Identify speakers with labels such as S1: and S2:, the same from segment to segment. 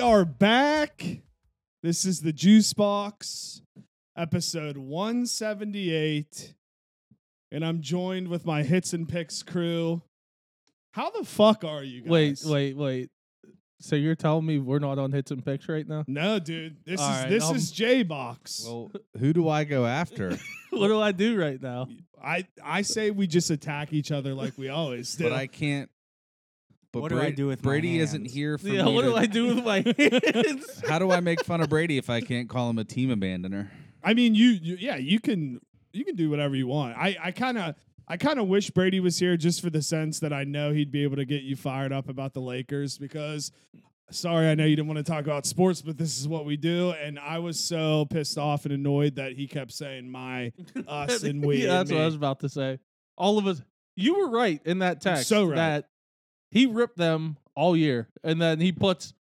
S1: are back. This is the Juice Box, episode 178. And I'm joined with my Hits and Picks crew. How the fuck are you guys?
S2: Wait, wait, wait. So you're telling me we're not on hits and picks right now?
S1: No, dude. This
S2: All
S1: is
S2: right,
S1: this
S2: um,
S1: is J Box.
S3: Well, who do I go after?
S2: what do I do right now?
S1: I I say we just attack each other like we always do.
S3: but I can't. But
S4: What do I
S3: Brady-
S4: do with my
S3: Brady? Isn't
S4: hands?
S3: here for
S2: Yeah,
S3: me
S2: what
S3: to-
S2: do I do with my hands?
S3: How do I make fun of Brady if I can't call him a team abandoner?
S1: I mean, you, you yeah, you can you can do whatever you want. I I kind of I kind of wish Brady was here just for the sense that I know he'd be able to get you fired up about the Lakers because sorry, I know you didn't want to talk about sports, but this is what we do and I was so pissed off and annoyed that he kept saying my us and we.
S2: yeah,
S1: and
S2: that's what I
S1: me.
S2: was about to say. All of us. You were right in that text.
S1: So right.
S2: That he ripped them all year, and then he puts.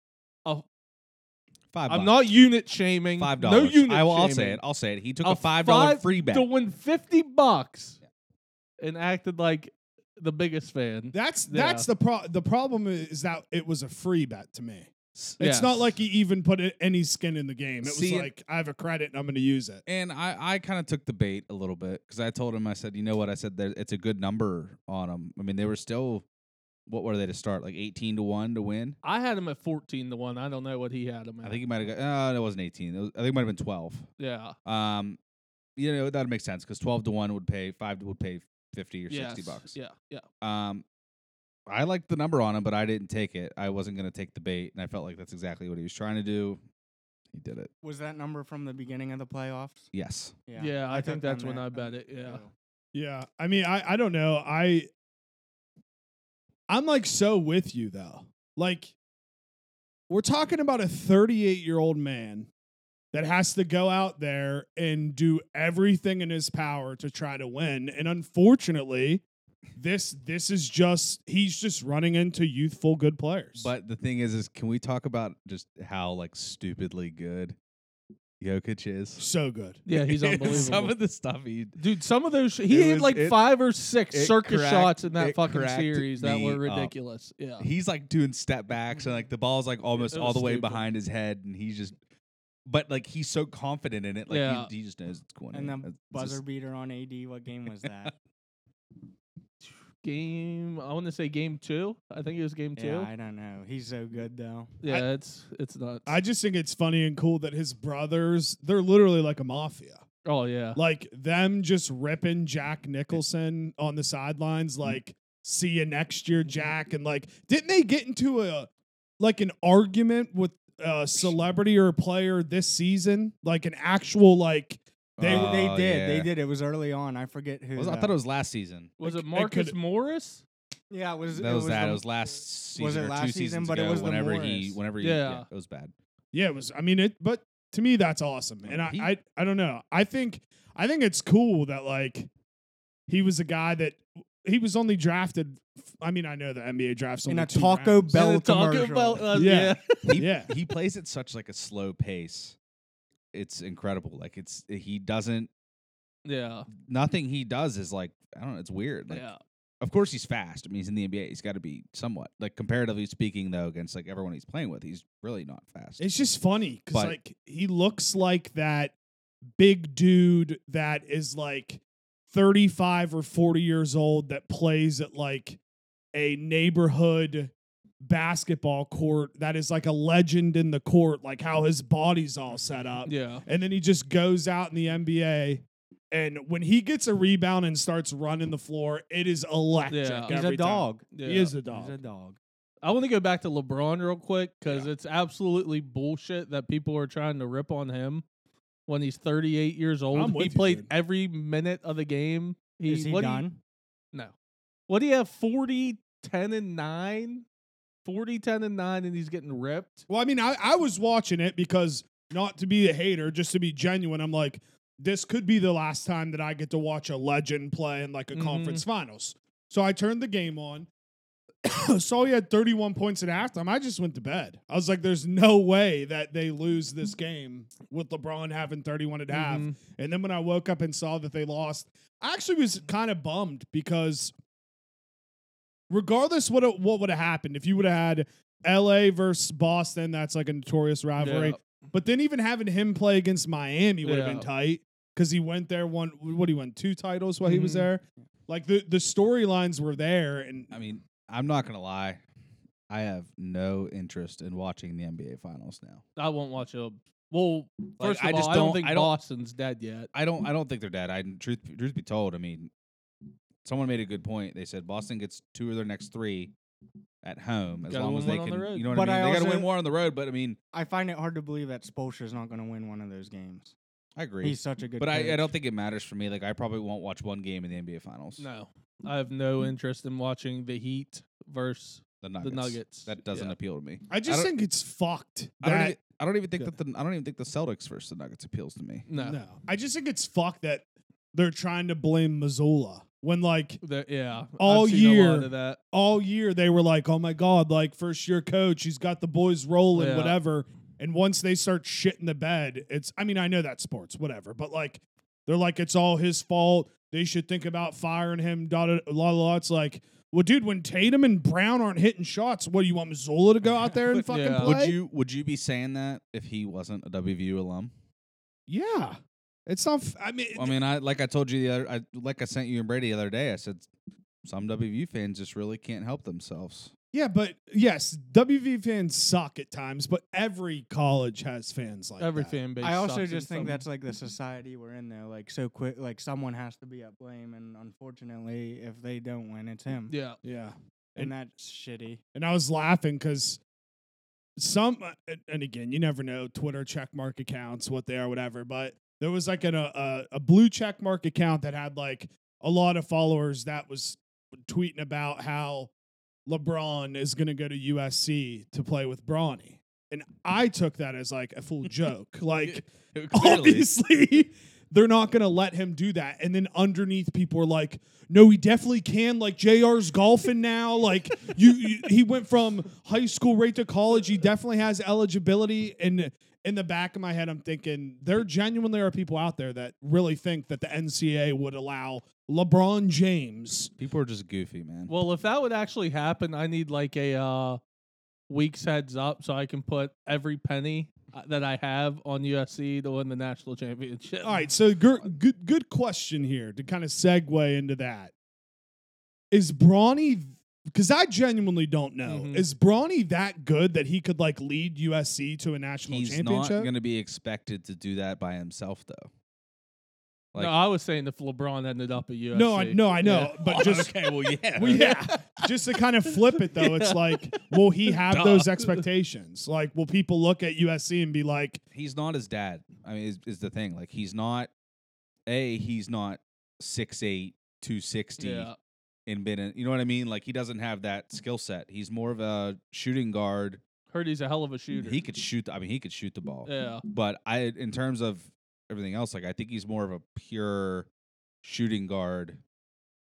S3: Five.
S2: I'm
S3: bucks.
S2: not unit shaming.
S3: five
S2: No
S3: dollars.
S2: unit.
S3: I will. I'll
S2: shaming.
S3: say it. I'll say it. He took
S2: A
S3: a, five dollar
S2: five
S3: free bet.
S2: To win fifty bucks, and acted like the biggest fan.
S1: That's
S2: Yeah.
S1: that's the pro the problem is that it was a free bet to me.
S3: S-
S1: It's
S2: Yes.
S1: not like he even put i- any skin in the game. It
S3: See,
S1: was like I have a credit and I'm going to use it.
S3: And I, I kind of took the bait a little bit because I told him I said, you know what? I said that it's a good number on them. I mean, they were still. What were they to start? Like eighteen to one to win.
S2: I had him at fourteen to one. I don't know what he had him at.
S3: I think he might have got. Uh, it wasn't eighteen. It was, I think it might have been twelve.
S2: yeah.
S3: Um, you know that would make sense because twelve to one would pay five would pay fifty or sixty
S2: Yes.
S3: bucks.
S2: Yeah, yeah.
S3: Um, I liked the number on him, but I didn't take it. I wasn't gonna take the bait, and I felt like that's exactly what he was trying to do. He did it.
S4: Was that number from the beginning of the playoffs?
S3: Yes.
S2: Yeah, I, think that's when I bet it. Yeah.
S1: Yeah, I mean, I I don't know. I I'm like so with you though. Like we're talking about a 38 year old man that has to go out there and do everything in his power to try to win, and unfortunately, this this is just he's just running into youthful good players.
S3: But the thing is, is can we talk about just how like stupidly good Jokic is?
S1: so good.
S2: Yeah, he's
S3: Some
S2: unbelievable.
S3: of the stuff he
S2: Dude, some of those sh- he
S3: It
S2: had
S3: was-
S2: like
S3: it-
S2: five or six
S3: it
S2: circus
S3: cracked-
S2: shots in that
S3: it
S2: fucking
S3: cracked
S2: series that
S3: me
S2: were
S3: up.
S2: ridiculous.
S4: Oh.
S2: Yeah.
S3: he's like doing step backs and like the ball's like almost
S2: It
S3: all
S2: was
S3: the way
S2: stupid.
S3: behind his head, and he's just. But like he's so confident in it, like
S2: Yeah.
S3: he, he just knows it's going
S4: And
S3: in.
S4: the
S3: It's
S4: buzzer
S3: just-
S4: beater on AD. What game was that?
S2: Game I want to say game 2. I think it was game 2.
S4: yeah,
S2: Yeah,
S4: I don't know. He's so good though.
S2: it's it's nuts.
S1: I just think it's funny and cool that his brothers, they're literally like a mafia.
S2: oh yeah.
S1: like them just ripping Jack Nicholson on the
S4: Mm-hmm.
S1: sidelines, like "see you next year, Jack," and like didn't they get into a like an argument with a celebrity or a player this season? Like an actual like They-
S3: Oh,
S4: they did.
S3: yeah.
S4: They did. It was early on. I forget who.
S3: It was- I
S4: though.
S3: thought it was last season.
S2: Was
S1: Like,
S2: it
S1: it
S2: Marcus
S1: could-
S2: Morris?
S4: Yeah, it was.
S3: That was, that.
S4: the-
S3: it was last season
S4: was it
S3: or
S4: last
S3: two
S4: season?
S3: seasons
S4: But it
S3: ago,
S4: was the
S3: whenever he,
S4: Morris.
S3: whenever he, yeah.
S2: Yeah.
S3: it was bad.
S1: yeah, it was. I mean it, but to me that's awesome,
S4: Uh,
S1: and I
S3: He-
S1: I, I don't know. I think I think it's cool that like he was a guy that. He was only drafted. I mean, I know the NBA drafts
S4: in
S1: only
S4: a
S1: two
S4: Taco
S1: rounds.
S4: Bell
S2: And Taco
S4: commercial.
S2: Bell, uh,
S1: Yeah.
S2: yeah.
S3: He,
S1: Yeah.
S3: he plays at such like a slow pace. It's incredible. Like it's he doesn't
S2: Yeah.
S3: nothing he does is like I don't know. It's weird. Like,
S2: Yeah.
S3: Of course he's fast. I mean he's in the NBA. He's got to be somewhat like comparatively speaking though against like everyone he's playing with. He's really not fast.
S1: It's just funny because
S3: But-
S1: like he looks like that big dude that is like 35 or 40 years old that plays at like a neighborhood basketball court that is like a legend in the court, like how his body's all set up.
S2: Yeah.
S1: And then he just goes out in the NBA. And when he gets a rebound and starts running the floor, it is electric.
S2: Yeah.
S4: He's a
S1: every time.
S4: dog.
S2: yeah.
S1: He is a
S4: He's a
S1: dog.
S4: dog.
S2: I want to go back to LeBron real quick because it's absolutely bullshit that people are trying to rip on him when he's 38 years old.
S1: I'm
S2: he
S1: with you,
S2: played
S1: dude.
S2: every minute of the game. He,
S4: Is he
S2: what do you-
S4: done?
S2: no. What do you have? 40, 10, and 9? 40, 10, and 9, and he's getting ripped.
S1: Well, I mean, I, I was watching it because not to be a hater, just to be genuine, I'm like, this could be the last time that I get to watch a legend play in like a
S2: Mhm.
S1: conference finals. So I turned the game on, saw he had 31 points at halftime. I just went to bed. I was like, there's no way that they lose this game with LeBron having 31 at half.
S2: Mhm.
S1: And then when I woke up and saw that they lost, I actually was
S3: Mm-hmm.
S1: kind of uh, bummed because regardless what it, what would have happened if you would have had LA versus Boston, that's like a notorious rivalry. But then even having him play against Miami would have been
S2: Yeah.
S1: tight because he went there one. What he won two titles while he was
S2: Mhm.
S1: there. Like the the storylines were there, and
S3: Mm-hmm. I mean, I'm not gonna lie. I have no interest in watching the NBA finals now.
S2: I won't watch a. Well,
S3: Like,
S2: first of
S3: I just
S2: all, I don't
S3: don't-
S2: think
S3: I don't-
S2: Boston's dead yet.
S3: I don't I don't think they're dead. I truth truth be told, I mean someone made a good point. They said Boston gets two of their next three at home as
S2: Gotta
S3: long
S2: win
S3: as they
S2: one on
S3: can
S2: the road.
S3: you know what
S4: But
S3: I mean?
S4: I
S3: they gotta
S4: also-
S3: win more on the road, but I mean
S4: I find it hard to believe that Spolster's not going to win one of those games.
S3: I agree.
S4: He's such a good.
S3: But I, I
S4: coach.
S3: don't think it matters for me. Like I probably won't watch one game in the NBA finals.
S2: No, I have no interest in watching the Heat versus
S3: The Nuggets.
S2: the Nuggets.
S3: That doesn't
S2: Yeah.
S3: appeal to me.
S1: I just
S3: don't-
S1: think it's fucked.
S3: I don't,
S1: That
S3: even, I don't even think
S1: Yeah.
S3: that the I don't even think the Celtics versus the Nuggets appeals to me.
S2: No,
S1: no, I just think it's fucked that they're trying to blame Missoula when like
S2: The- yeah,
S1: All
S2: I've seen a lot
S1: year.
S2: of that.
S1: all year they were like, oh my god, like first year coach, he's got the boys rolling,
S2: Yeah.
S1: whatever. And once they start shitting the bed, it's I mean, I know that's sports, whatever, but like they're like, it's all his fault. They should think about firing him. Da da la la. la. It's like, well, dude, when Tatum and Brown aren't hitting shots, what do you want Missoula to go out there and
S2: But-
S1: fucking
S2: yeah.
S1: play?
S3: Would you would you be saying that if he wasn't a WVU alum?
S1: yeah, it's not. f- I mean,
S3: I mean, I like I told you the other, I like I sent you and Brady the other day. I said some WVU fans just really can't help themselves.
S1: yeah, but yes, WV fans suck at times, but every college has fans like
S2: Every
S1: that.
S2: fan base.
S4: I also
S2: sucks in
S4: just think
S2: some-
S4: that's like the society we're in though. Like so quick, like someone has to be at blame, and unfortunately, if they don't win, it's him.
S2: yeah.
S1: Yeah.
S4: and that's shitty.
S1: and I was laughing because some uh, and again you never know Twitter checkmark accounts what they are whatever but there was like an, a a blue checkmark account that had like a lot of followers that was tweeting about how LeBron is going to go to USC to play with Bronny and I took that as like a full joke like obviously they're not going to let him do that and then underneath people are like no he definitely can like jr's golfing now like you, you he went from high school right to college he definitely has eligibility and in the back of my head i'm thinking there genuinely are people out there that really think that the ncaa would allow lebron james
S3: people are just goofy, man.
S2: Well, if that would actually happen, I need like a uh, week's heads up so I can put every penny uh, that I have on USC to win the national championship.
S1: all right so gr- good good question here to kind of segue into that is brawny because I genuinely don't know.
S3: Mm-hmm.
S2: Mhm.
S1: Is Brawny that good that he could like lead USC to a national
S3: He's not
S1: championship?
S3: going to be expected to do that by himself, though. Like,
S2: no, I was saying if LeBron ended up at USC.
S1: no, I no, I know,
S2: Yeah.
S1: but just
S3: okay, well, yeah,
S1: well, yeah, just to kind of flip it though, it's like, will he have
S3: Duh.
S1: those expectations? Like, will people look at USC and be like,
S3: he's not his dad. I mean, is, is the thing like he's not a he's not six eight two sixty
S2: Yeah.
S3: and been in, you know what I mean? Like he doesn't have that skill set. He's more of a shooting guard.
S2: Heard he's a hell of a shooter.
S3: He could shoot. The, I mean, he could shoot the ball.
S2: Yeah.
S3: But I, in terms of everything else, like I think he's more of a pure shooting guard.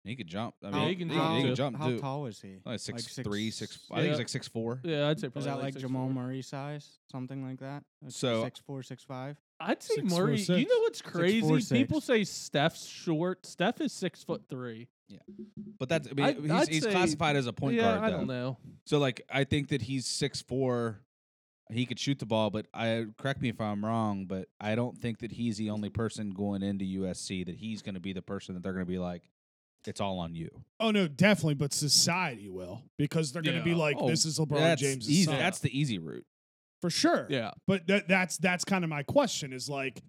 S3: He could jump. I mean,
S2: How-
S3: he can,
S2: how-
S3: he can jump
S4: How
S3: too.
S4: tall is he?
S3: Like six, three, six. I
S2: Yeah.
S3: think he's like six four.
S2: Yeah, I'd say probably
S4: Is that like,
S2: six
S4: Jamal
S2: four.
S4: Murray size, something like that? Like
S3: So-
S4: six four, six five.
S2: I'd say
S1: Six, four,
S2: Murray. You
S1: six.
S2: know what's crazy?
S4: four,
S2: People say Steph's short. Steph is six foot three.
S3: But that's I mean,
S2: I'd-
S3: he's,
S2: I'd
S3: he's
S2: say-
S3: classified as a point
S2: yeah,
S3: guard.
S2: I
S3: though.
S2: don't know.
S3: So like I think that he's six four. He could shoot the ball, but I correct me if I'm wrong, but I don't think that he's the only person going into USC that he's going to be the person that they're going to be like, it's all on you.
S1: oh no, definitely, but society will because they're going to
S2: Yeah.
S1: be like,
S3: Oh,
S1: this is LeBron
S3: that's
S1: James'
S3: easy.
S1: son
S3: That's the easy route.
S1: for sure.
S2: Yeah.
S1: but that that's that's kind of my question is like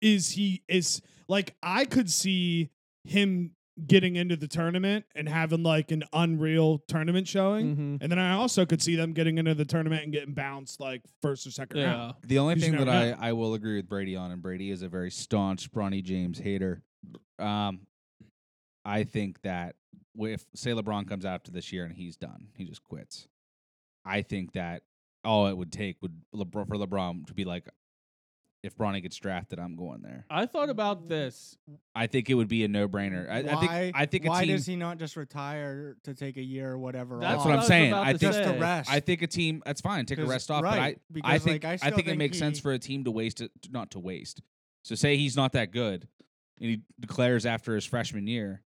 S1: is he is like i could see him getting into the tournament and having like an unreal tournament showing
S2: Mm-hmm.
S1: and then i also could see them getting into the tournament and getting bounced like first or second round
S2: Yeah.
S3: The only
S1: You just
S3: thing that
S1: never
S3: I,
S1: know.
S3: I will agree with Brady on, and Brady is a very staunch Bronny James hater. Um, I think that w- if say LeBron comes after this year and he's done, he just quits. I think that all it would take would LeBron for LeBron to be like, if Bronny gets drafted, I'm going there.
S2: I thought about this.
S3: I think it would be a no brainer. I, I
S4: why?
S3: think I think a
S4: why
S3: team.
S4: does he not just retire to take a year or whatever?
S2: That's
S4: off?
S3: what
S2: what I
S3: I'm
S2: was
S3: saying.
S2: about
S3: I
S2: to
S3: think
S4: just
S2: say.
S4: to rest.
S3: I think a team. That's fine. Take a
S4: 'Cause-
S3: rest off. But I,
S4: right,
S3: I
S4: because,
S3: think
S4: like, I
S3: I,
S4: still
S3: think, it
S4: think
S3: makes sense
S4: he-
S3: for a team to waste it, not to waste. So say he's not that good, and he declares after his freshman year,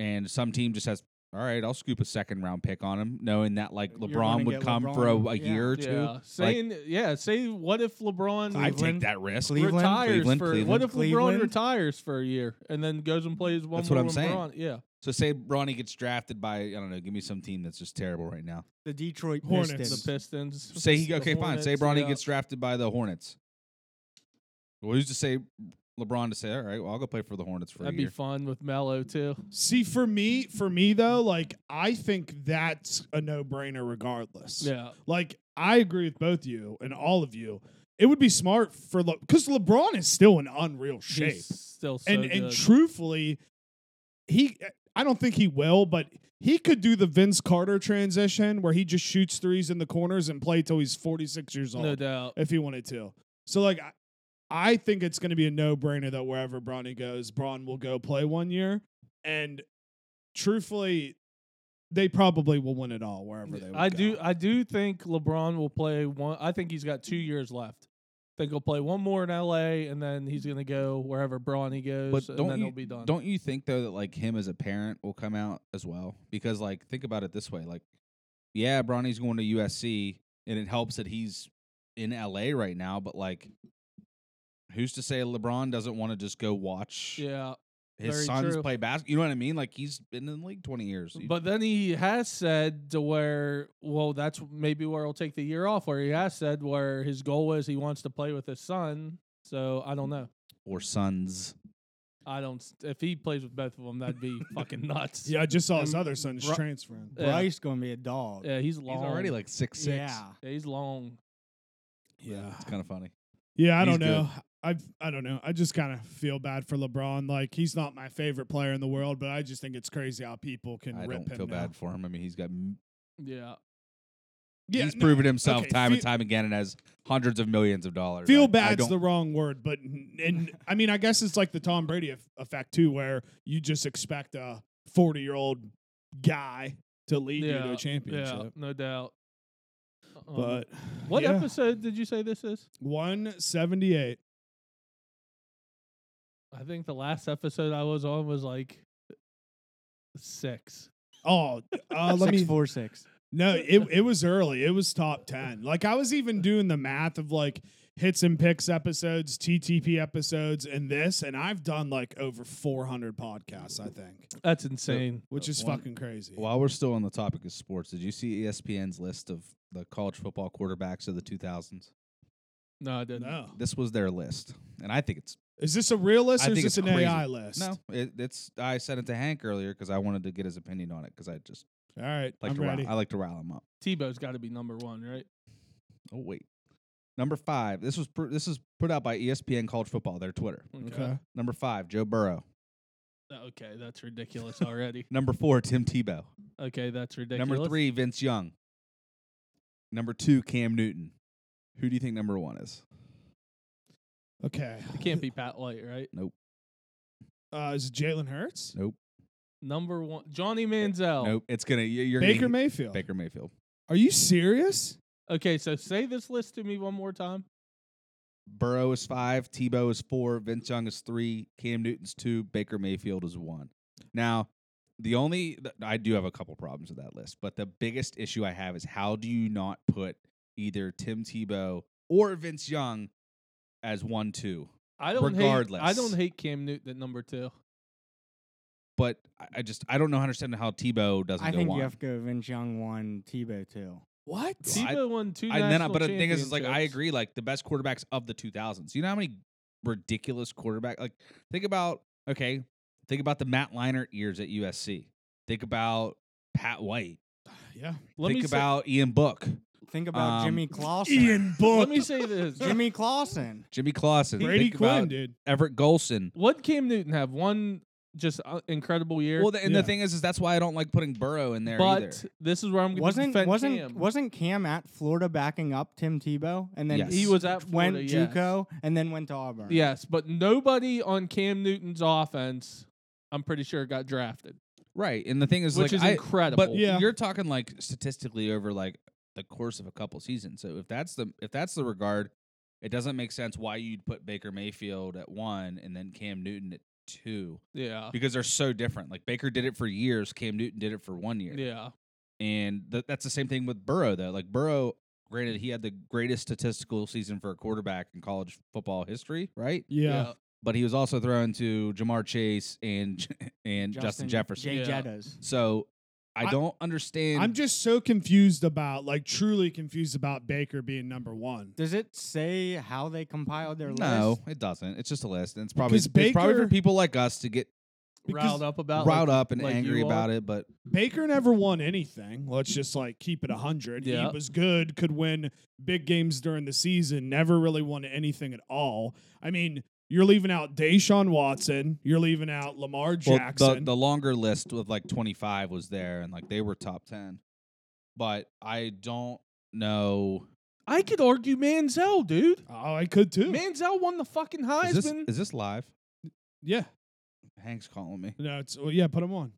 S3: and some team just has all right, I'll scoop a second round pick on him, knowing that like
S4: You're
S3: LeBron
S4: gonna
S3: would
S4: get
S3: come
S4: LeBron,
S3: for a, a
S4: yeah.
S3: year or two.
S2: Yeah. Saying yeah, say what if LeBron
S3: I take
S4: Cleveland.
S3: that risk.
S4: Cle- Cleveland,
S2: retires
S3: Cleveland,
S2: for
S3: Cleveland,
S2: what if LeBron
S4: Cleveland.
S2: retires for a year and then goes and plays one
S3: That's
S2: more
S3: what I'm
S2: with
S3: saying.
S2: LeBron? Yeah.
S3: So say Bronny gets drafted by I don't know, give me some team that's just terrible right now.
S4: The Detroit
S1: Hornets.
S2: The
S4: Pistons.
S2: Pistons.
S3: Say he
S2: the
S3: okay, fine. Say
S2: Hornets,
S3: Bronny
S2: yeah.
S3: gets drafted by the Hornets. Well, who's to say LeBron to say, all right, well, I'll go play for the Hornets for
S2: That'd
S3: a
S2: be
S3: year.
S2: fun with Melo too.
S1: See, for me, for me though, like I think that's a no-brainer regardless.
S2: Yeah.
S1: Like I agree with both you and all of you. It would be smart for because LeBron is still in unreal shape,
S2: He's still so
S1: and and
S2: good.
S1: truthfully, he I don't think he will, but he could do the Vince Carter transition where he just shoots threes in the corners and play till he's forty six years old
S2: no doubt.
S1: if he wanted to. So like, I, I think it's going to be a no brainer that wherever Bronny goes, Braun will go play one year. And truthfully, they probably will win it all wherever they. Would
S2: I
S1: go.
S2: do I do think LeBron will play one I think he's got two years left. I think he'll play one more in LA and then he's gonna go wherever Bronny goes
S3: But
S2: and
S3: don't
S2: then
S3: you
S2: he'll be done.
S3: don't you think though that like him as a parent will come out as well? Because like think about it this way, like yeah, Bronny's going to USC, and it helps that he's in LA right now. But like, who's to say LeBron doesn't want to just go watch
S2: yeah.
S3: his
S2: very
S3: sons
S2: true.
S3: play basketball? You know what I mean? Like he's been in the league twenty years. He-
S2: But then he has said to where, well, that's maybe where he'll take the year off. Where he has said where his goal is he wants to play with his son. So I don't know.
S3: or sons.
S2: I don't. s- If he plays with both of them, that'd be fucking nuts.
S1: Yeah, I just saw his
S4: Um,
S1: other son's
S4: Bro-
S1: transferring.
S2: Yeah.
S4: Bryce gonna be a dog.
S2: yeah, he's long.
S3: He's already like six six.
S4: Yeah.
S2: yeah, he's long.
S1: Yeah,
S3: It's kind of funny.
S1: yeah. I
S3: He's
S1: don't know. I I don't know. I just kind of feel bad for LeBron. Like he's not my favorite player in the world, but I just think it's crazy how people can
S3: I
S1: rip
S3: don't
S1: him
S3: feel
S1: now.
S3: bad for him. I mean, he's got m-
S2: Yeah,
S1: Yeah,
S3: he's
S1: no,
S3: proven himself
S1: okay,
S3: time and
S1: feel-
S3: time again and has hundreds of millions of dollars. I-
S1: Feel
S3: I
S1: bad's
S3: don't-
S1: the wrong word, but n- and I mean, I guess it's like the Tom Brady eff- effect too, where you just expect a forty-year-old guy to lead you to
S2: Yeah,
S1: a championship.
S2: yeah, no doubt. Um,
S1: But
S2: what
S1: yeah.
S2: episode did you say this is?
S1: One seventy-eight.
S2: I think the last episode I was on was like six.
S1: Oh, uh,
S4: Six
S1: let me.
S4: four six.
S1: No, it it was early. It was top ten. Like I was even doing the math of like hits and picks episodes, TTP episodes, and this, and I've done like over four hundred podcasts. I think,
S2: That's insane.
S1: which
S3: Uh,
S1: is
S3: one-
S1: fucking crazy.
S3: While we're still on the topic of sports, did you see E ESPN's list of the college football quarterbacks of the 2000s?
S2: No, I didn't.
S1: No,
S3: This was their list, and I think it's
S1: is this a real list
S3: I
S1: or is
S3: think
S1: this
S3: it's
S1: an
S3: crazy.
S1: AI list?
S3: no, it, it's. I sent it to Hank earlier because I wanted to get his opinion on it because I just
S1: All right,
S3: like
S1: I'm
S3: to rile,
S1: ready.
S3: I like to rile him up.
S2: Tebow's got to be number one, right?
S3: Oh wait, number five. This was pr- this is put out by E ESPN College Football, their Twitter.
S1: Okay.
S3: Number five, Joe Burrow.
S2: Okay, that's ridiculous already.
S3: Number four, Tim Tebow.
S2: Okay, that's ridiculous.
S3: Number three, Vince Young. Number two, Cam Newton. Who do you think number one is?
S1: Okay.
S2: it can't be Pat Light, right?
S1: Uh, is it Jalen Hurts?
S3: Nope.
S2: Number one, Johnny Manziel.
S3: Nope. It's gonna. you- You're
S1: Oh. Baker
S3: gonna,
S1: Mayfield.
S3: Baker Mayfield.
S1: Are you serious?
S2: Okay, so say this list to me one more time.
S3: Burrow is five, Tebow is four, Vince Young is three, Cam Newton's two, Baker Mayfield is one. Now, the only th- I do have a couple problems with that list, but the biggest issue I have is how do you not put either Tim Tebow or Vince Young as one two?
S2: I don't
S3: Regardless.
S2: Hate, I don't hate Cam Newton at number two.
S3: But I, I just I don't know how to understand how Tebow doesn't
S4: I
S3: go
S4: think
S3: one.
S4: you have to go Vince Young one, Tebow two.
S1: What?
S3: Well, I-
S2: Tebow won two.
S3: I, and then, I-
S2: national
S3: but the thing is, is like I
S2: championships.
S3: agree. Like the best quarterbacks of the 2000s. You know how many ridiculous quarterback? Like think about okay, think about the Matt Leinart years at USC. Think about Pat White.
S1: Yeah.
S2: Let
S3: think
S2: me say-
S3: about Ian Book,
S4: Think about
S3: Um,
S4: Jimmy Clausen.
S1: Ian
S2: Let
S1: Book.
S2: me say this.
S4: Jimmy Clausen.
S3: Jimmy Clausen,
S1: Brady
S3: think
S1: Quinn,
S3: about
S1: dude.
S3: Everett Golson.
S2: what Cam Newton have one just uh, incredible year?
S3: Well, the, and
S1: Yeah.
S3: the thing is, is that's why I don't like putting Burrow in there
S2: but
S3: either.
S2: this is where I'm going to
S4: Wasn't
S2: defend
S4: wasn't
S2: Cam.
S4: wasn't Cam at Florida backing up Tim Tebow, and then
S3: Yes.
S2: he was at Florida,
S4: went
S2: yes.
S4: JUCO, and then went to Auburn.
S2: Yes, but nobody on Cam Newton's offense, I'm pretty sure, got drafted,
S3: Right, and the thing is,
S2: which
S3: like
S2: is
S3: I,
S2: incredible.
S3: but
S1: Yeah.
S3: you're talking like statistically over like the course of a couple seasons. So if that's the if that's the regard, it doesn't make sense why you'd put Baker Mayfield at one and then Cam Newton at two
S2: Yeah.
S3: because they're so different. Like Baker did it for years, Cam Newton did it for one year.
S2: Yeah.
S3: And th- that's the same thing with Burrow, though. Like Burrow, granted, he had the greatest statistical season for a quarterback in college football history, right?
S1: Yeah.
S3: But he was also thrown to Jamar Chase and and Justin, Jefferson.
S4: Jay
S2: Yeah.
S4: Jettas.
S3: so I,
S1: I-
S3: don't understand.
S1: I'm just so confused about, like, truly confused about Baker being number one.
S4: Does it say how they compiled their
S3: no,
S4: list?
S3: it doesn't. It's just a list, and it's probably
S1: Because
S3: it's probably for
S1: Baker-
S3: people like us to get
S1: Because
S2: Riled up about.
S3: riled
S2: like-
S3: up and
S2: like
S3: angry
S2: you
S3: about
S2: are.
S3: it. But
S1: Baker never won anything. Let's just like keep it hundred.
S2: Yeah.
S1: He was good, could win big games during the season. Never really won anything at all. I mean, you're leaving out Deshaun Watson. You're leaving out Lamar
S3: well,
S1: Jackson.
S3: the the longer list with like 25 was there, and like they were top 10. But I don't know.
S2: I could argue Manziel, dude.
S1: oh, I could too.
S2: Manziel won the fucking Heisman.
S3: Is this, is this live?
S1: Yeah.
S3: Hank's calling me.
S1: No, it's well, yeah. Put him on.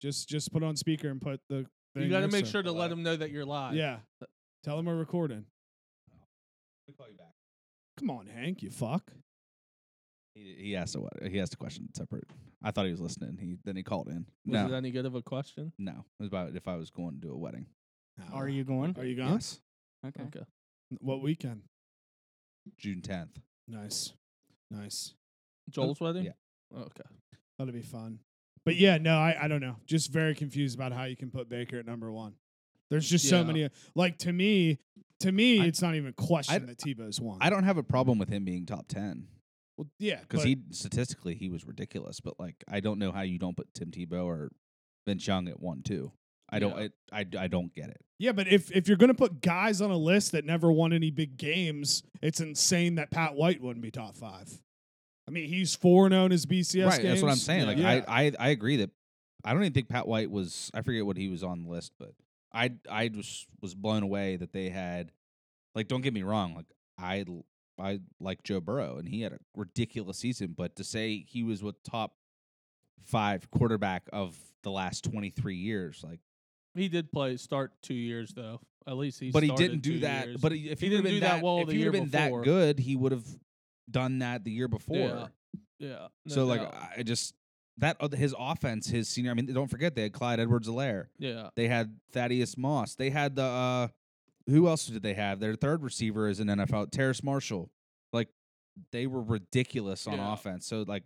S1: Just just put on speaker and put the. Thing
S2: you got to
S1: there,
S2: make
S1: so-
S2: sure to let them know that you're live.
S1: Yeah. Tell him we're recording. Come on, Hank. You fuck.
S3: He, he asked a what? He asked a question separate. I thought he was listening. He then he called in.
S2: Was
S3: No,
S2: it any good of a question?
S3: no. It was about if I was going to a wedding.
S4: Are you going?
S2: Ah,
S1: Are you gone?
S3: Yes,
S4: Okay.
S2: Okay.
S1: What weekend?
S3: June 10th.
S1: Nice, nice.
S2: Joel's wedding.
S3: yeah.
S2: Okay.
S1: That'll be fun. But yeah, no, I, I don't know. Just very confused about how you can put Baker at number one. There's just so
S2: Yeah.
S1: many. Like to me, to me,
S3: I-
S1: it's not even a question
S3: I-
S1: that Tebow's one.
S3: I don't have a problem with him being top 10
S1: Well, yeah,
S3: because
S1: but-
S3: he statistically he was ridiculous. But like, I don't know how you don't put Tim Tebow or Vince Young at one too. I don't.
S2: Yeah.
S3: It, I I don't get it.
S1: Yeah, but if if you're gonna put guys on a list that never won any big games, it's insane that Pat White wouldn't be top five. I mean, he's four oh known as BCS.
S3: right. That's what I'm
S1: games.
S3: saying. Like
S1: Yeah.
S3: I, I I agree that I don't even think Pat White was I forget what he was on the list, but I I just was blown away that they had like don't get me wrong, like I l- I like Joe Burrow and he had a ridiculous season, but to say he was with top five quarterback of the last twenty three years, like
S2: He did play start two years though. At least he.
S3: but he
S2: started
S3: didn't
S2: two
S3: do that.
S2: years.
S3: But he- if
S2: He
S3: he, would have
S2: didn't
S3: been
S2: do that well
S3: if
S2: the
S3: he
S2: year
S3: would have been
S2: before.
S3: that good, he would have done that the year before.
S2: yeah. no
S3: So like
S2: doubt.
S3: I just that oth- his offense, his senior. I mean, don't forget they had Clyde Edwards-Helaire.
S2: yeah.
S3: They had Thaddeus Moss. They had the uh, who else did they have? Their third receiver is an NFL Terrace Marshall. Like they were ridiculous on
S2: Yeah.
S3: offense. So like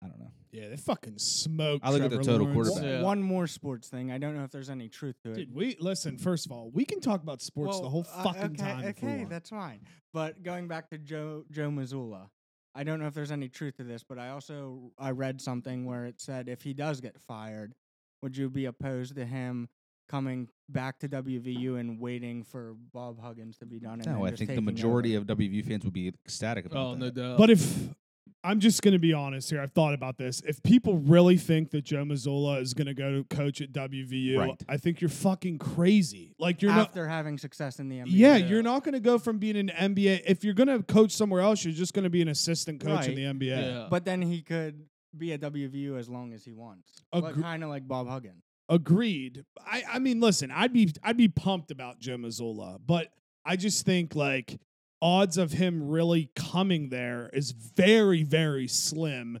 S3: I don't know.
S1: yeah, they fucking smoked.
S3: I look at the
S1: Trevor
S3: total
S1: Lawrence.
S3: quarterback.
S2: Yeah.
S4: One more sports thing. I don't know if there's any truth to it.
S1: Dude, we listen. First of all, we can talk about sports the whole
S4: uh,
S1: fucking
S4: okay,
S1: time. if we
S4: Okay,
S1: want.
S4: that's fine. But going back to Joe Joe Missoula, I don't know if there's any truth to this, but I also I read something where it said if he does get fired, would you be opposed to him coming back to WVU and waiting for Bob Huggins to be done? And
S3: No, I think the majority of WVU fans would be ecstatic about
S2: Oh
S3: that.
S2: no doubt.
S1: But if I'm just going to be honest here, I've thought about this. If people really think that Joe Mazzola is going to go to coach at WVU,
S3: Right.
S1: I think you're fucking crazy. Like you're not.
S4: after having success in the NBA.
S1: Yeah,
S2: Yeah.
S1: you're not going to go from being an NBA. If you're going to coach somewhere else, you're just going to be an assistant coach
S4: Right.
S1: in the NBA.
S2: yeah.
S4: but then he could be at WVU as long as he wants,
S1: Agr-
S4: kind of like Bob Huggins.
S1: Agreed. I, I mean, listen, I'd be I'd be pumped about Joe Mazzola, but I just think like odds of him really coming there is very very slim,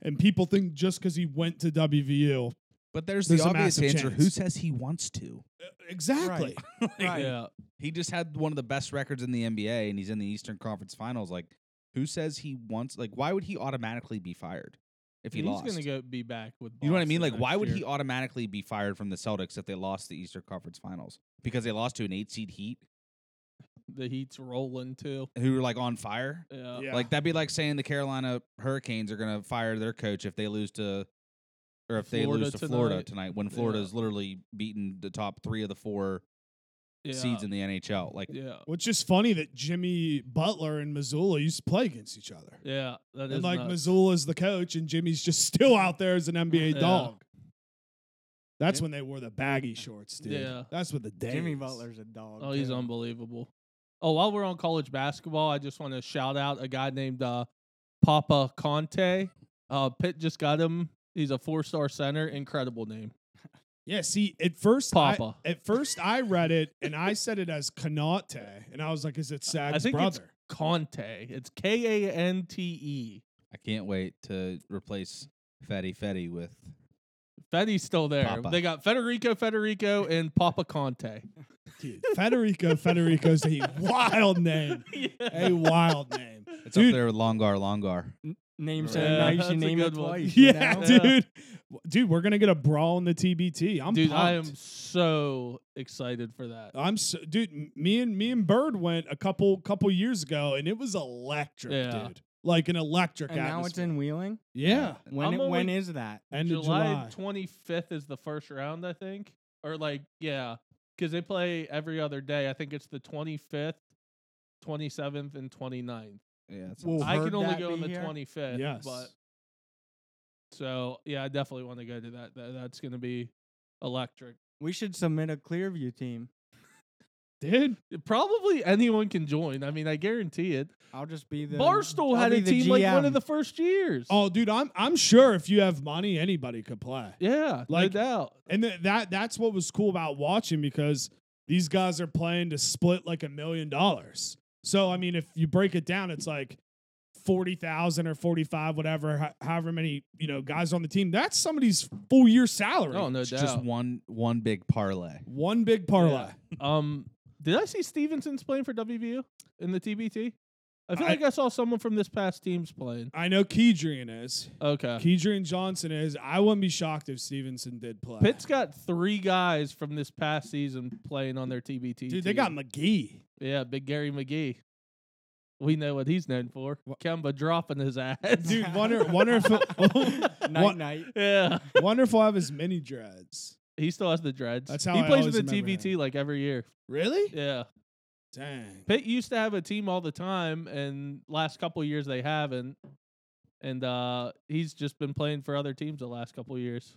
S1: and people think just because he went to WVU,
S3: But there's,
S1: There's
S3: the
S1: a
S3: obvious
S1: massive
S3: answer.
S1: chance.
S3: Who says he wants to?
S1: Uh, exactly.
S4: Right.
S2: yeah.
S3: He just had one of the best records in the NBA and he's in the Eastern Conference Finals. Like who says he wants like why would he automatically be fired if he
S2: He's
S3: lost?
S2: gonna go be back with.
S3: You know what I
S2: Boston
S3: mean? Like,
S2: next
S3: why would he
S2: year.
S3: automatically be fired from the Celtics if they lost the Eastern Conference Finals? Because they lost to an eight seed Heat
S2: The Heat's rolling too.
S3: who were like on fire.
S2: Yeah.
S1: Yeah.
S3: Like that'd be like saying the Carolina Hurricanes are gonna fire their coach if they lose to, or if they
S2: Florida
S3: lose to Florida
S2: tonight.
S3: tonight when
S2: Yeah.
S3: Florida's literally beaten the top three of the four
S2: Yeah.
S3: seeds in the NHL. Like
S2: yeah.
S1: Which is funny that Jimmy Butler and Missoula used to play against each other.
S2: Yeah. That is
S1: And like
S2: nuts.
S1: Missoula's the coach, and Jimmy's just still out there as an NBA
S2: Yeah.
S1: dog. That's
S4: Jim-
S1: when they wore the baggy shorts, dude.
S2: Yeah.
S1: That's what the day.
S4: Jimmy Butler's a dog.
S2: Oh, he's
S4: too.
S2: unbelievable. Oh, while we're on college basketball, I just want to shout out a guy named uh, Papa Conte. Uh, Pitt just got him. He's a four-star center. Incredible name.
S1: Yeah. See, at first, I-
S2: Papa.
S1: at first I read it and I said it as Kanate, and I was like, "Is it Sag's
S2: think it's-
S1: brother?"
S2: Conte. It's K A N T E.
S3: I can't wait to replace Fatty Fetty with.
S2: Fetty's still there.
S3: Papa.
S2: They got Federico, Federico, and Papa Conte.
S1: Dude, Federico Federico's a wild name. A wild name.
S3: It's
S1: Dude.
S3: up there with Longar Longar.
S4: Name so
S2: Yeah,
S4: nice,
S2: that's a
S4: you name it
S2: good one.
S4: twice. you
S1: Yeah,
S4: know?
S1: dude. Dude, we're gonna get a brawl in the TBT. I'm
S2: Dude,
S1: pumped.
S2: I am so excited for that.
S1: I'm so, dude. m- Me and me and Bird went a couple couple years ago, and it was electric,
S2: Yeah.
S1: dude. Like an electric.
S4: And now it's
S1: atmosphere.
S4: in Wheeling.
S1: yeah.
S4: When
S2: I'm
S4: it, when
S2: only-
S4: is that?
S1: End of
S2: July
S1: July.
S2: twenty fifth is the first round, I think, or like yeah, because they play every other day. I think it's the twenty fifth, twenty seventh, and 29th.
S3: Yeah, that's
S1: Well,
S2: I
S4: Heard
S2: can only
S4: that
S2: go
S4: be
S2: on the
S4: here?
S2: twenty fifth.
S1: yes.
S2: but so yeah, I definitely want to go to that. that that's gonna be electric.
S4: We should submit a Clearview team.
S1: dude.
S2: Probably anyone can join. I mean, I guarantee it.
S4: I'll just be the
S2: Barstool
S4: I'll
S2: had
S4: be
S2: a
S4: the
S2: team like one of
S4: GM.
S2: the first years.
S1: Oh, dude. I'm I'm sure if you have money, anybody could play.
S2: yeah,
S1: like-
S2: no doubt.
S1: And th- that that's what was cool about watching because these guys are playing to split like a million dollars. So I mean, if you break it down, it's like forty thousand or forty five, whatever, ho- however many you know guys are on the team. That's somebody's full year salary.
S2: Oh no
S3: it's
S2: doubt.
S3: just one one big parlay.
S1: One big parlay.
S2: Um, did I see Stevenson's playing for WVU in the TBT? I feel
S1: I-
S2: like I saw someone from this past team's playing.
S1: I know Keedrian is.
S2: Okay.
S1: Keedrian Johnson is. I wouldn't be shocked if Stevenson did play.
S2: Pitt's got three guys from this past season playing on their TBT.
S1: dude, they got
S2: team.
S1: McGee.
S2: yeah, big Gary McGee. We know what he's known for.
S1: What-
S2: Kemba dropping his ass.
S1: Dude, wonder wonder if
S4: night
S1: What-
S4: night.
S2: yeah,
S1: wonder if we'll have as many dreads.
S2: he still has the dreads.
S1: That's how
S2: he
S1: I
S2: plays in
S1: always
S2: the
S1: remember
S2: TBT like every year.
S1: Really?
S2: Yeah,
S1: Dang.
S2: Pitt used to have a team all the time, and last couple years they haven't. And uh, he's just been playing for other teams the last couple years.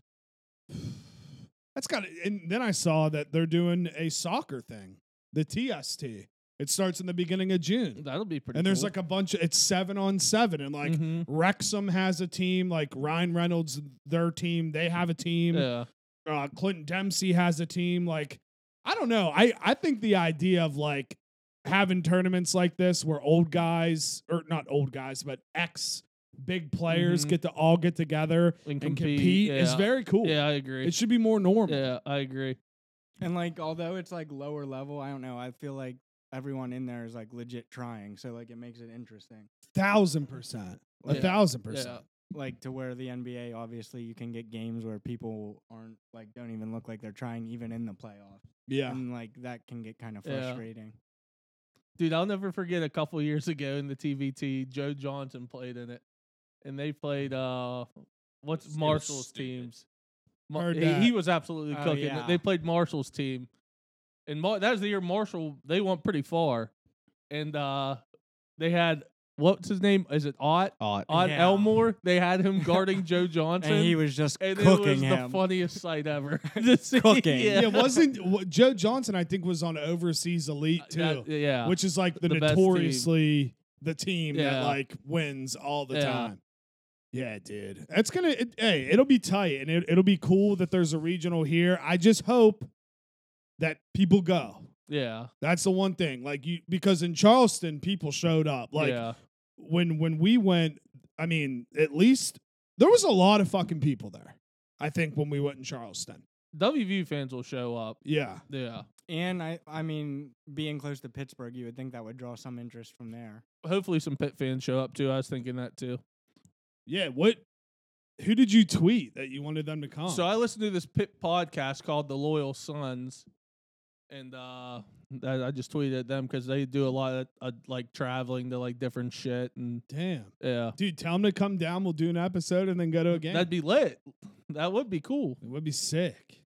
S1: That's got it. And then I saw that they're doing a soccer thing, the TST. It starts in the beginning of June.
S2: That'll be pretty. Mm-hmm.
S1: And there's like a bunch of it's seven on seven. And like Wrexham has a team, like Ryan Reynolds, their team, they have a team.
S2: yeah,
S1: uh, Clinton Dempsey has a team. Like, I don't know. I, I think the idea of like having tournaments like this where old guys, or not old guys, but ex big players
S2: Mhm.
S1: get to all get together
S2: and
S1: and compete
S2: yeah.
S1: is very cool.
S2: Yeah, I agree.
S1: It should be more normal.
S2: yeah, I agree.
S4: And like, although it's like lower level, I don't know. I feel like everyone in there is like legit trying, so like it makes it interesting.
S1: Thousand percent. A
S2: Yeah.
S1: thousand percent.
S4: Like to where the NBA, obviously, you can get games where people aren't like don't even look like they're trying, even in the playoffs,
S1: Yeah.
S2: Mm.
S4: and like that can get kind of
S2: Yeah.
S4: frustrating.
S2: Dude, I'll never forget a couple years ago in the TVT, Joe Johnson played in it, and they played uh,
S3: It
S2: what's
S3: was
S2: Marshall's
S3: stupid.
S2: teams. Mar-
S1: Heard
S2: he, he
S1: that.
S2: was absolutely
S4: Oh,
S2: cooking. it.
S4: yeah.
S2: They played Marshall's team, and Mar- that was the year Marshall they went pretty far, and uh, they had what's his name? Is it Ott?
S3: Ought.
S2: Ott
S4: Yeah.
S2: Elmore. They had him guarding Joe Johnson.
S4: And he was just
S2: and it was
S4: cooking
S2: the
S4: him.
S2: funniest sight ever. to see.
S4: Cooking.
S1: Yeah, wasn't w- Joe Johnson, I think, was on Overseas Elite too,
S2: That- Uh, yeah,
S1: which is like the,
S2: The best team.
S1: notoriously the team
S2: Yeah.
S1: that like wins all the
S2: Yeah.
S1: time. Yeah, dude. That's gonna it, hey, it'll be tight and it, it'll be cool that there's a regional here. I just hope that people go.
S2: yeah,
S1: That's the one thing. Like you because in Charleston people showed up. Like
S2: yeah,
S1: when when we went, I mean, at least there was a lot of fucking people there. I think when we went in Charleston.
S2: WVU fans will show up.
S1: Yeah.
S2: Yeah,
S4: and I, I mean, being close to Pittsburgh, you would think that would draw some interest from there.
S2: hopefully some Pitt fans show up too. I was thinking that too.
S1: Yeah, what who did you tweet that you wanted them to come?
S2: So I listened to this Pitt podcast called The Loyal Sons, and uh, I, I just tweeted at them because they do a lot of uh, like traveling to like different shit and
S1: Damn.
S2: yeah,
S1: Dude, tell them to come down. We'll do an episode and then go to a game.
S2: that'd be lit. That would be cool.
S1: it would be sick.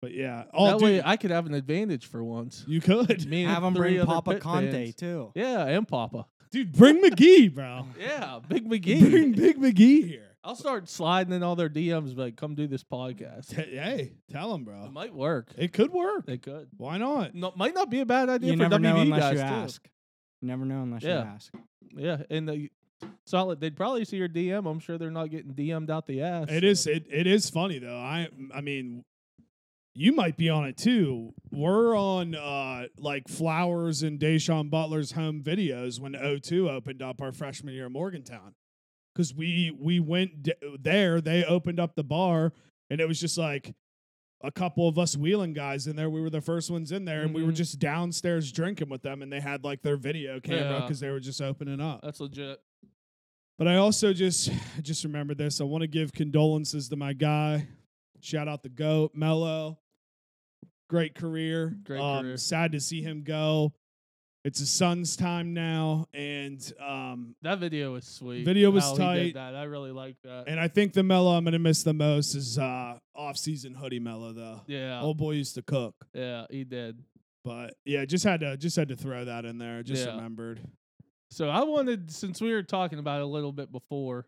S1: But yeah. Oh,
S2: that
S1: dude,
S2: way I could have an advantage for once.
S1: you could.
S2: Me and
S4: Have him
S2: three
S4: bring
S2: other
S4: Papa
S2: Pitt
S4: Conte
S2: fans.
S4: too.
S2: Yeah, and Papa.
S1: Dude, bring McGee, bro.
S2: Yeah, Big
S1: Bring
S2: McGee.
S1: Big McGee here.
S2: I'll start sliding in all their DMs, like, come do this podcast.
S1: T- Hey, tell him,
S2: It
S1: bro.
S2: might work.
S1: It could work.
S2: They could.
S1: Why not?
S2: No, might not be a bad idea
S4: You
S2: for
S4: never know
S2: WV
S4: unless
S2: guys
S4: you
S2: too.
S4: ask. You never know unless
S2: Yeah.
S4: you ask.
S2: Yeah, and the solid. They'd probably see your DM. I'm sure they're not getting DM'd out the ass.
S1: It is it, it is funny though. I I mean you might be on it too. We're on uh like Flowers and Deshaun Butler's home videos when O2 opened up our freshman year at Morgantown. because we we went d- there. They opened up the bar, and it was just like a couple of us wheeling guys in there. We were the first ones in there, and we were
S2: Mhm.
S1: just downstairs drinking with them, and they had like their video camera
S2: Yeah.
S1: because they were just opening up.
S2: That's legit.
S1: But I also just I just remembered this. I want to give condolences to my guy. Shout out the goat, Mello. Great career. Um,
S2: Great career.
S1: Sad to see him go. It's his son's time now, and um,
S2: That video was sweet.
S1: Video was
S2: how he
S1: tight.
S2: did that. I really like that.
S1: and I think the Mello I'm gonna miss the most is uh, off-season hoodie Mello though.
S2: yeah,
S1: Old boy used to cook,
S2: yeah, he did.
S1: but yeah, just had to just had to throw that in there. Just
S2: Yeah.
S1: remembered.
S2: So I wanted, since we were talking about it a little bit before,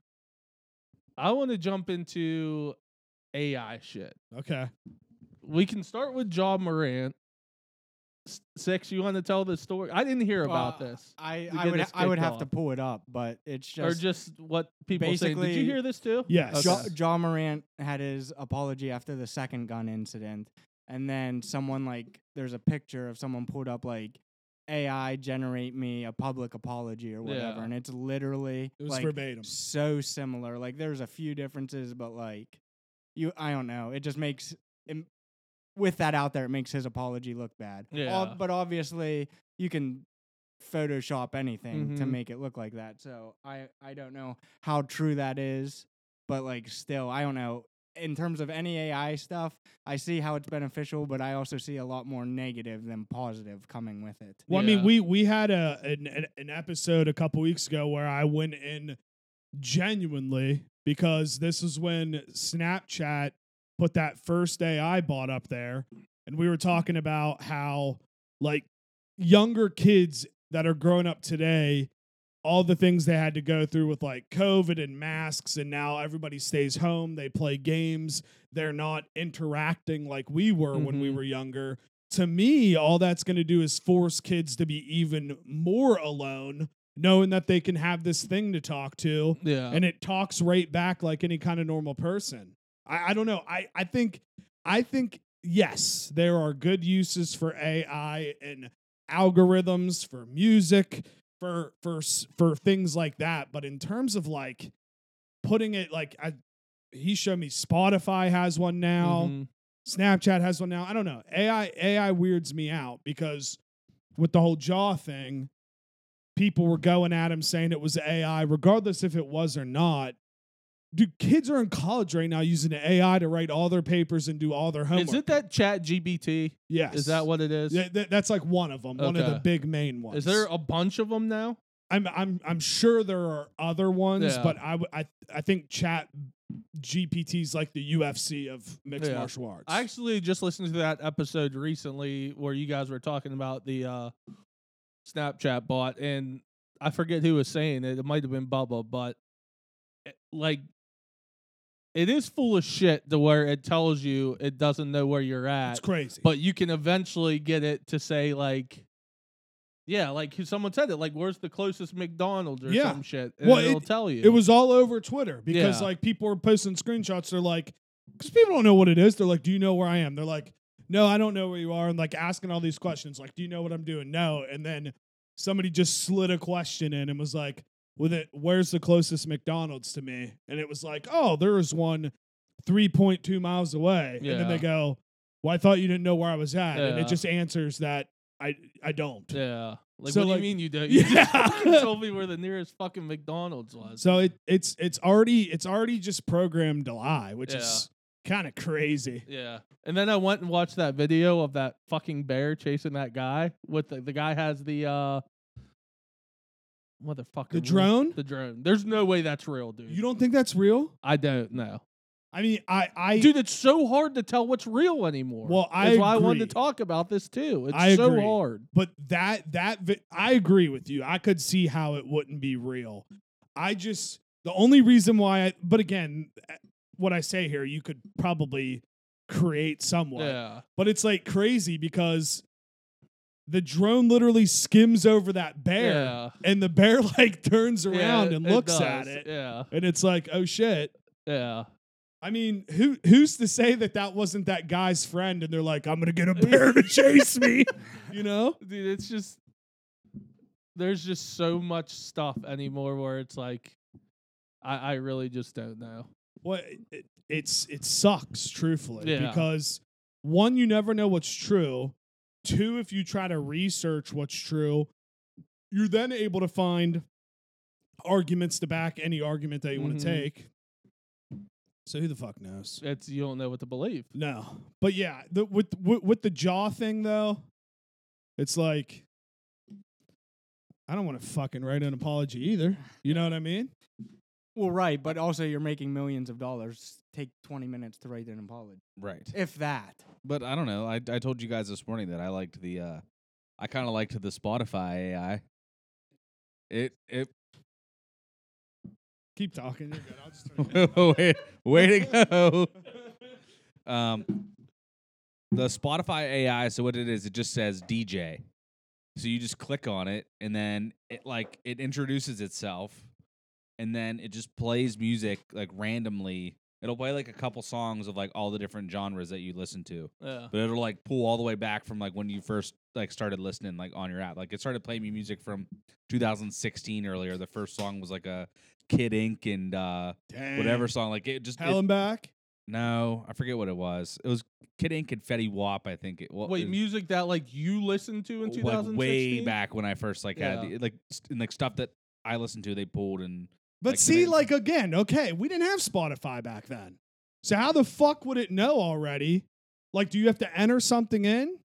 S2: I want to jump into AI shit.
S1: Okay.
S2: We can start with John Morant. S- Six, you want to tell the story? I didn't hear about
S1: Uh,
S4: Well,
S2: this,
S4: I,
S2: to
S4: I
S2: get
S4: would
S2: this
S4: I would
S2: kicked
S4: have to
S2: off.
S4: pull it up, but it's
S2: or
S4: just
S2: just what people say. Did you
S4: basically,
S2: hear this too?
S1: Yes.
S4: Ja,
S2: Okay.
S4: Ja Morant had his apology after the second gun incident, and then someone like there's a picture of someone pulled up like AI generate me a public apology or whatever,
S2: Yeah.
S4: and it's literally
S1: It was
S4: like
S1: verbatim.
S4: so similar. Like there's a few differences, but like you, I don't know. It just makes im- with that out there, it makes his apology look bad. Ob-
S2: Yeah.
S4: but obviously, you can Photoshop anything to
S2: Mhm.
S4: make it look like that. So I I don't know how true that is, but like still, I don't know. In terms of any AI stuff, I see how it's beneficial, but I also see a lot more negative than positive coming with it.
S1: Well, I
S2: Yeah.
S1: mean, we we had a an, an- an episode a couple weeks ago where I went in genuinely because this is when Snapchat put that first AI bot up there, and we were talking about how like younger kids that are growing up today, all the things they had to go through with like COVID and masks, and now everybody stays home, they play games, they're not interacting like we were when we
S2: Mhm.
S1: were younger to me, all that's going to do is force kids to be even more alone, knowing that they can have this thing to talk to
S2: Yeah.
S1: and it talks right back like any kind of normal person. I, I don't know. I, I think, I think, yes, there are good uses for AI and algorithms for music, for, for, s- for things like that. But in terms of like putting it like, I, he showed me Spotify has one now.
S2: Mhm.
S1: Snapchat has one now. I don't know. AI AI weirds me out because with the whole jaw thing, people were going at him saying it was AI, regardless if it was or not. Dude, kids are in college right now using the AI to write all their papers and do all their homework.
S2: Is it that Chat GBT?
S1: Yes.
S2: Is that what it is?
S1: Yeah, that- that's like one of them. One of the
S2: Okay.
S1: big main ones.
S2: Is there a bunch of them now?
S1: I'm I'm I'm sure there are other ones,
S2: Yeah.
S1: but I w- I I think Chat GPT's like the UFC of mixed
S2: Yeah.
S1: martial arts.
S2: I actually just listened to that episode recently where you guys were talking about the uh, Snapchat bot, and I forget who was saying it. It might have been Bubba, but it- like, it is full of shit to where it tells you it doesn't know where you're at,
S1: it's crazy.
S2: but you can eventually get it to say like. Yeah, like who- someone said it, like where's the closest McDonald's or
S1: Yeah.
S2: some shit, and
S1: Well,
S2: it'll
S1: it-
S2: tell you.
S1: It was all over Twitter because
S2: Yeah.
S1: like people were posting screenshots. They're like, because people don't know what it is. They're like, do you know where I am? They're like, no, I don't know where you are. And like asking all these questions, like, do you know what I'm doing? No. And then somebody just slid a question in and was like, with it, where's the closest McDonald's to me? And it was like, oh, there is one 3.2 miles away. And then they
S2: Yeah.
S1: go, well, I thought you didn't know where I was at. And
S2: Yeah.
S1: it just answers that I I don't.
S2: Yeah. Like,
S1: So,
S2: what
S1: like-
S2: do you mean you don't? You
S1: Yeah.
S2: just fucking told me where the nearest fucking McDonald's was.
S1: So it it's it's already it's already just programmed to lie, which
S2: Yeah.
S1: is kind of crazy.
S2: yeah. And then I went and watched that video of that fucking bear chasing that guy with the, the guy has the uh motherfucker
S1: The drone?
S2: The drone. There's no way that's real, dude.
S1: You don't think that's real?
S2: I don't know.
S1: I mean, I I
S2: Dude, it's so hard to tell what's real anymore.
S1: Well, I
S2: That's why I wanted to
S1: agree.
S2: talk about this too. It's
S1: I
S2: so
S1: agree.
S2: hard.
S1: but that that vi- I agree with you. I could see how it wouldn't be real. I just the only reason why I but again, what I say here, you could probably create somewhat.
S2: Yeah.
S1: But it's like crazy because the drone literally skims over that bear
S2: Yeah.
S1: and the bear like turns
S2: Yeah,
S1: around and
S2: it
S1: looks at
S2: does.
S1: it.
S2: Yeah.
S1: And it's like, "Oh shit."
S2: Yeah.
S1: I mean, who who's to say that that wasn't that guy's friend? And they're like, "I'm gonna get a bear to chase me," you know?
S2: dude it's just there's just so much stuff anymore where it's like I, I really just don't know.
S1: Well, it, it's it sucks truthfully
S2: Yeah.
S1: because one, you never know what's true. Two, if you try to research what's true, you're then able to find arguments to back any argument that you want
S2: Mhm.
S1: to take. So who the fuck knows?
S2: It's you don't know what to believe.
S1: No, but yeah, the, with, with with the jaw thing though, it's like I don't want to fucking write an apology either. You know what I mean?
S4: Well, right, but also you're making millions of dollars. Take 20 minutes to write an apology,
S3: Right.
S4: if that.
S3: But I don't know. I I told you guys this morning that I liked the uh I kind of liked the Spotify AI. It it
S1: Keep talking. You're good. I'll just turn it down.
S3: way, way to go. Um, the Spotify AI. So what it is, it just says DJ. So you just click on it, and then it like it introduces itself, and then it just plays music like randomly. It'll play like a couple songs of like all the different genres that you listen to,
S2: Yeah.
S3: but it'll like pull all the way back from like when you first like started listening like on your app. Like it started playing me music from 2016 earlier. The first song was like a Kid Ink and uh
S1: Damn.
S3: whatever song. Like it just it-
S1: Helen back.
S3: no, I forget what it was. It was Kid Ink and Fetty Wap. I think it was.
S2: Wait, music that like you listened to in 2016?
S3: like way back when I first like
S2: Yeah.
S3: had the, like st- and like stuff that I listened to. They pulled and
S1: But
S3: Like
S1: see,
S3: today-
S1: like again, okay, we didn't have Spotify back then. So how the fuck would it know already? Like, do you have to enter something in?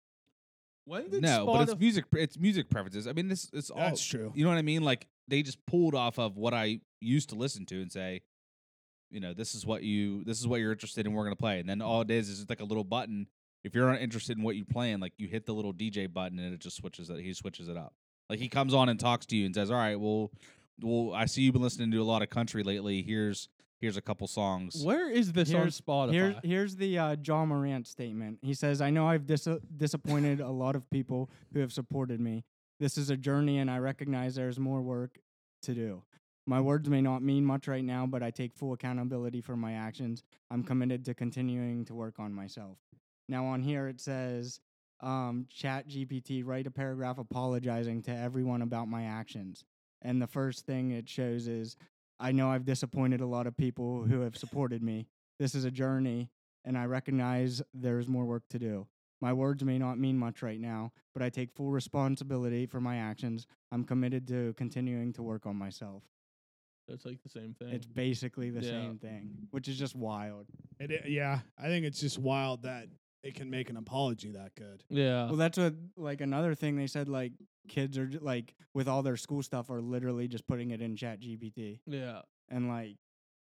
S2: When did
S3: no, but it's
S2: Spotify?
S3: music. pre- It's music preferences. I mean, this it's all.
S1: That's true.
S3: You know what I mean? Like they just pulled off of what I used to listen to and say, you know, this is what you this is what you're interested in. We're gonna play, and then all it is is it's like a little button. If you're not interested in what you're playing, like you hit the little DJ button and it just switches it. He switches it up. Like he comes on and talks to you and says, "All right, well, well, I see you've been listening to a lot of country lately. Here's here's a couple songs.
S2: Where is this
S4: Here's-
S2: on Spotify?
S4: Here's, here's the uh, John Morant statement. He says, I know I've dis- disappointed a lot of people who have supported me. This is a journey, and I recognize there's more work to do. My words may not mean much right now, but I take full accountability for my actions. I'm committed to continuing to work on myself. Now, on here, it says, um, Chat GPT, write a paragraph apologizing to everyone about my actions. And the first thing it shows is, I know I've disappointed a lot of people who have supported me this is a journey and I recognize there is more work to do. My words may not mean much right now, but I take full responsibility for my actions. I'm committed to continuing to work on myself.
S2: It's like the same thing.
S4: It's basically the
S2: Yeah.
S4: same thing, which is just wild.
S1: It, i- yeah, I think it's just wild that it can make an apology that good.
S2: yeah.
S4: Well, that's what like another thing they said like kids are j- like with all their school stuff are literally just putting it in chat GPT
S2: yeah.
S4: and like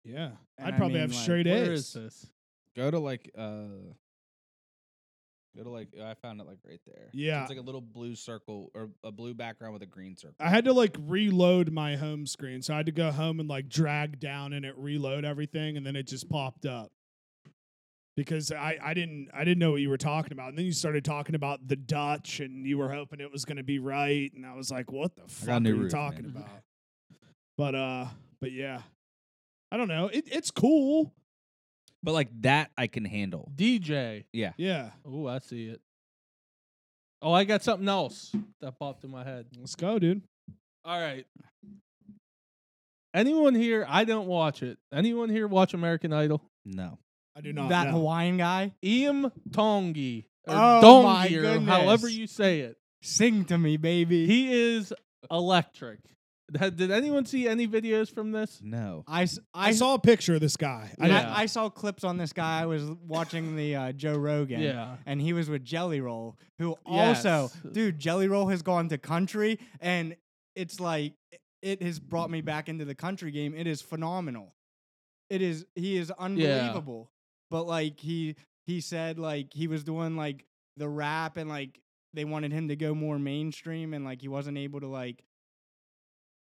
S1: Yeah,
S4: And
S1: I'd
S4: I
S1: probably
S4: mean,
S1: have
S4: like,
S1: straight
S2: Where
S1: A's.
S2: is this?
S3: Go to like uh, go to like I found it like right there.
S1: Yeah.
S3: it's like a little blue circle or a blue background with a green circle.
S1: I had to like reload my home screen, so I had to go home and like drag down and it reload everything, and then it just popped up because I I didn't I didn't know what you were talking about, and then you started talking about the Dutch, and you were hoping it was going to be right, and I was like, what the
S3: got a
S1: fuck are
S3: new
S1: you
S3: roof,
S1: talking
S3: man.
S1: about? But uh, but yeah, I don't know. It, it's cool.
S3: But like that, I can handle.
S2: DJ.
S3: Yeah.
S1: Yeah,
S2: Oh, I see it. Oh, I got something else that popped in my head.
S1: let's go, dude.
S2: All right. Anyone here? I don't watch it. Anyone here watch American Idol?
S3: No.
S1: I do not
S4: that
S1: know.
S4: Hawaiian guy
S2: Iam Tongi. Or
S4: Oh, my
S2: Dongi, or however
S4: goodness.
S2: you say it.
S4: sing to me baby.
S2: He is electric. Had- Did anyone see any videos from this?
S3: No.
S4: I, s-
S1: I
S4: I
S1: saw a picture of this guy. I,
S2: Yeah.
S4: I, I saw clips on this guy. I was watching the uh, Joe Rogan.
S2: Yeah.
S4: And he was with Jelly Roll, who also,
S2: Yes.
S4: dude, Jelly Roll has gone to country, and it's like it has brought me back into the country game. It is phenomenal. It is he is unbelievable. But like he he said like he was doing like the rap and like they wanted him to go more mainstream and like he wasn't able to like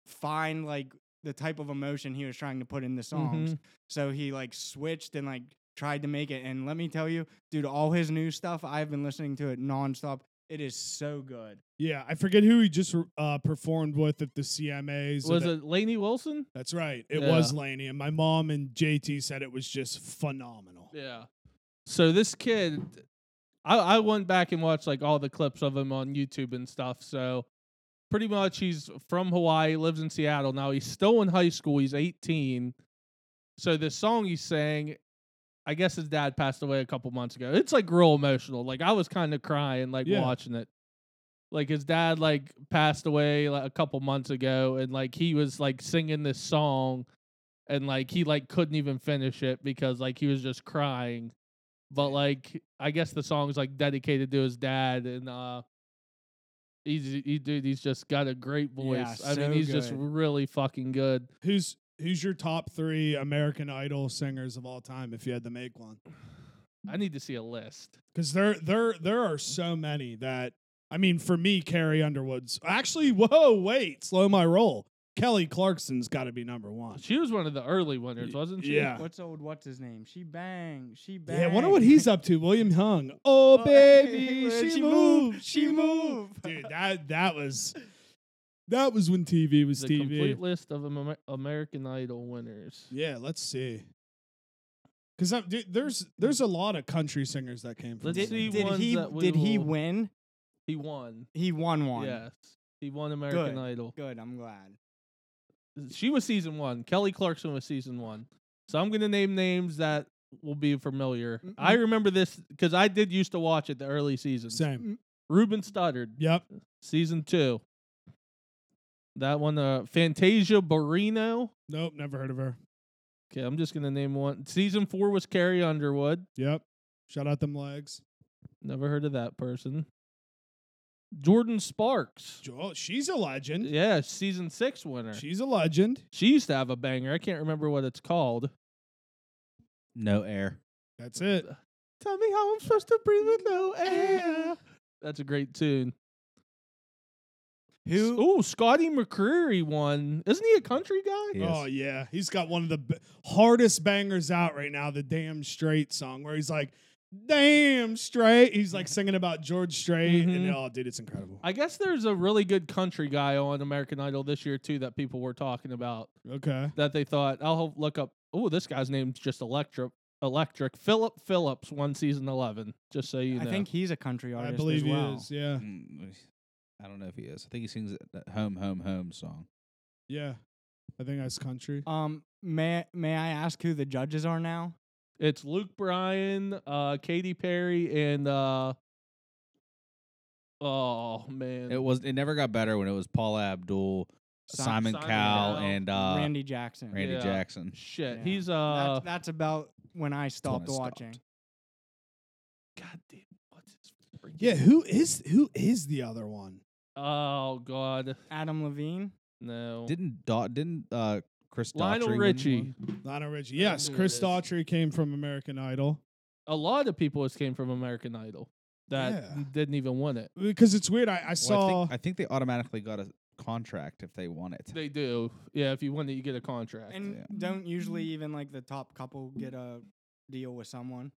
S4: find like the type of emotion he was trying to put in the songs.
S1: Mm-hmm.
S2: Mhm.
S4: So he like switched and like tried to make it. And let me tell you, dude, all his new stuff, I've been listening to it nonstop. It is so good.
S1: yeah, I forget who he just uh, performed with at the CMAs. or
S2: Was
S1: the-
S2: it Laney Wilson?
S1: That's right. It
S2: Yeah.
S1: was Laney. And my mom and JT said it was just phenomenal.
S2: Yeah. So this kid, I, I went back and watched like all the clips of him on YouTube and stuff. So pretty much he's from Hawaii, lives in Seattle now. He's still in high school. He's 18. So this song he sang, I guess his dad passed away a couple months ago. It's like real emotional. Like I was kind of crying like
S1: Yeah.
S2: watching it. Like his dad like passed away like a couple months ago and like he was like singing this song and like he like couldn't even finish it because like he was just crying. But like I guess the song's like dedicated to his dad and uh he's he dude he's just got a great voice.
S4: Yeah,
S2: I
S4: so
S2: mean he's just
S4: good.
S2: really fucking good.
S1: Who's who's your top three American Idol singers of all time? If you had to make one,
S2: I need to see a list.
S1: because there there there are so many that I mean, for me, Carrie Underwood's actually. Whoa, wait, slow my roll. Kelly Clarkson's got to be number one.
S2: She was one of the early winners, wasn't she?
S1: Yeah.
S4: What's old? What's his name? She bang. She bang.
S1: Yeah, I wonder what he's up to. William Hung. Oh
S4: Oh,
S1: baby,
S4: when
S1: she,
S4: she
S1: moved,
S4: moved,
S1: she
S4: she
S1: moved.
S4: moved.
S1: Dude, that that was that was when TV was
S2: The
S1: TV.
S2: complete list of Amer- American Idol winners.
S1: Yeah, let's see. Because there's there's a lot of country singers that came from.
S2: Let's
S1: America.
S2: see
S4: Did
S2: ones
S4: he?
S2: that we
S4: Did he
S2: will-
S4: win?
S2: He won.
S4: He won one.
S2: Yes. He won American
S4: Good.
S2: Idol.
S4: Good. I'm glad.
S2: She was season one. Kelly Clarkson was season one. So I'm going to name names that will be familiar.
S4: Mm,
S2: I
S4: mm.
S2: remember this because I did used to watch it the early seasons.
S1: Same.
S2: Ruben Studdard,
S1: Yep.
S2: season two. That one, uh, Fantasia Barrino.
S1: Nope. Never heard of her.
S2: Okay, I'm just going to name one. Season four was Carrie Underwood.
S1: Yep. Shout out them legs.
S2: Never heard of that person. Jordan Sparks.
S1: Joel, oh, she's a legend.
S2: Yeah, season six winner. She,
S1: She's a legend.
S2: used to have a banger. I can't remember what it's called.
S3: No air.
S1: That's it.
S2: Tell me how I'm supposed to breathe with no air. That's a great tune.
S4: Who?
S2: Oh, Scotty McCreery won. Isn't he a country guy?
S3: Yes.
S1: Oh yeah, he's got one of the b- hardest bangers out right now. The damn straight song where he's like, "Damn straight." He's like singing about George Strait, and
S2: Mhm.
S1: oh, dude, it's incredible.
S2: I guess there's a really good country guy on American Idol this year too that people were talking about
S1: okay.
S2: that they thought I'll look up. Oh, this guy's name's just electric. Electric Philip Phillips won season eleven. Just so you
S4: I
S2: know,
S4: think he's a country artist
S1: I believe
S4: as well.
S1: he is.
S2: Uh.
S1: Yeah.
S3: Mm, I don't know if he is. I think he sings that- that home, home, home song.
S1: Yeah. I think that's country.
S4: Um, may may I ask who the judges are now?
S2: It's Luke Bryan, uh, Katy Perry, and uh, oh man,
S3: It was. It never got better when it was Paul Abdul,
S4: Si-
S3: Simon,
S2: Simon
S3: Cowell,
S2: Cowell,
S3: and uh, Randy,
S4: Randy Jackson.
S2: Yeah.
S3: Jackson.
S2: shit.
S4: Yeah.
S2: He's uh,
S4: That's, that's about when I
S3: when I
S4: stopped watching.
S3: stopped.
S2: God damn, what's his freaking?
S1: Yeah, who is who is the other one?
S2: Oh God,
S4: Adam Levine.
S2: no.
S3: Didn't Daw- didn't uh, Chris
S2: Lionel
S3: Daughtry win
S2: Richie.
S3: one?
S1: Lionel Richie.
S2: I don't
S1: Yes,
S2: know who
S1: Chris
S2: it is.
S1: Daughtry came from American Idol
S2: A lot of people just came from American Idol that
S1: Yeah.
S2: didn't even win it.
S1: because it's weird. I, I
S3: Well,
S1: saw.
S3: I, think, I think they automatically got a contract if they won it.
S2: They do, yeah. If you win it, you get a contract.
S4: And
S3: Yeah.
S4: don't usually even like the top couple get a deal with someone.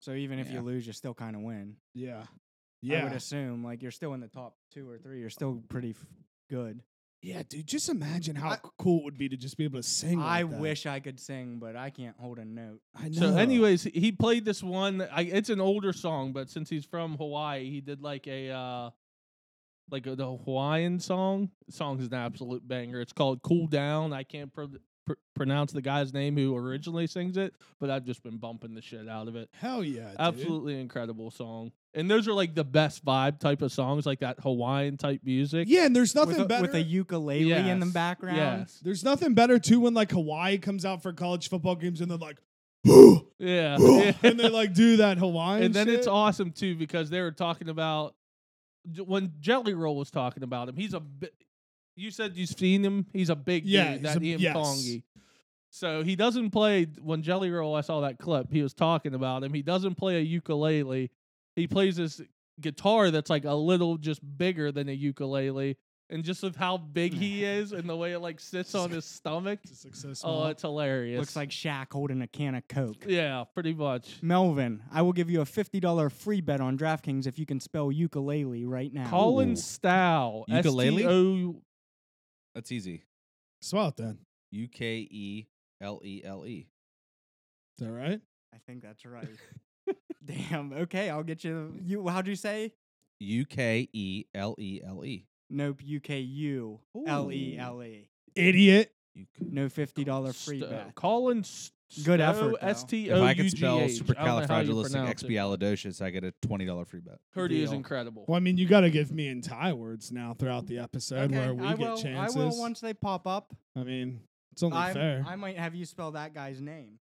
S4: So even if
S3: Yeah.
S4: you lose, you still kind of win.
S1: yeah,
S4: I
S1: yeah,
S4: would assume like you're still in the top two or three. You're still pretty f- good.
S1: yeah, dude. Just imagine how
S4: I-
S1: c- cool it would be to just be able to sing.
S4: I
S1: like that.
S4: wish I could sing, but I can't hold a note.
S1: I know.
S2: So, anyways, he- he played this one. I, it's an older song, but since he's from Hawaii, he did like a uh, like a, the Hawaiian song. The song's an absolute banger. It's called "Cool Down." I can't pro- pr- pronounce the guy's name who originally sings it, but I've just been bumping the shit out of it.
S1: hell yeah, dude.
S2: Absolutely incredible song. And those are like the best vibe type of songs, like that Hawaiian type music.
S1: Yeah, and there's nothing
S4: with, a,
S1: better.
S4: with a ukulele in the
S2: Yes,
S4: background.
S2: Yes.
S1: there's nothing better too when like Hawaii comes out for college football games and they're like,
S2: Yeah.
S1: and they like do that Hawaiian.
S2: and then it's
S1: shit.
S2: awesome too because they were talking about j- when Jelly Roll was talking about him. He's a bi- you said you've seen him. He's a big
S1: Yeah,
S2: dude,
S1: he's
S2: that
S1: a-
S2: Ian
S1: yes.
S2: Tongi. So he doesn't play when Jelly Roll. I saw that clip. He was talking about him. He doesn't play a ukulele. He plays this guitar that's like a little just bigger than a ukulele, and just with how big he is and the way it like sits on his stomach.
S1: It's like so small.
S2: Oh, it's hilarious.
S4: Looks like Shaq holding a can of Coke.
S2: yeah, pretty much.
S4: Melvin, I will give you a $50 free bet on DraftKings if you can spell ukulele right now.
S2: Colin
S3: Ooh.
S2: Stow,
S3: Ukulele?
S2: S-T-O-
S3: That's easy.
S1: Swell it then.
S3: U K E L E L E.
S1: Is that right?
S4: I think that's right. Damn. Okay, I'll get you. You. How'd you say?
S3: U K E L E L E.
S4: Nope. U K U L E L E.
S1: Idiot.
S3: You could.
S4: No fifty dollar free
S2: Sto-
S4: bet.
S2: Colin S-
S4: Good
S2: Stow,
S4: effort, though.
S2: S T
S3: If
S2: O
S3: I
S2: U
S3: could
S2: G
S3: spell
S2: H.
S3: supercalifragilisticexpialidocious, I get a twenty dollar free bet.
S2: Purdy is
S4: Deal.
S2: incredible.
S1: Well, I mean, you got to give me and Ty words now throughout the episode where we
S4: I
S1: get
S4: will,
S1: chances.
S4: I will once they pop up.
S1: I mean, it's only
S4: I'm-
S1: fair.
S4: I might have you spell that guy's name.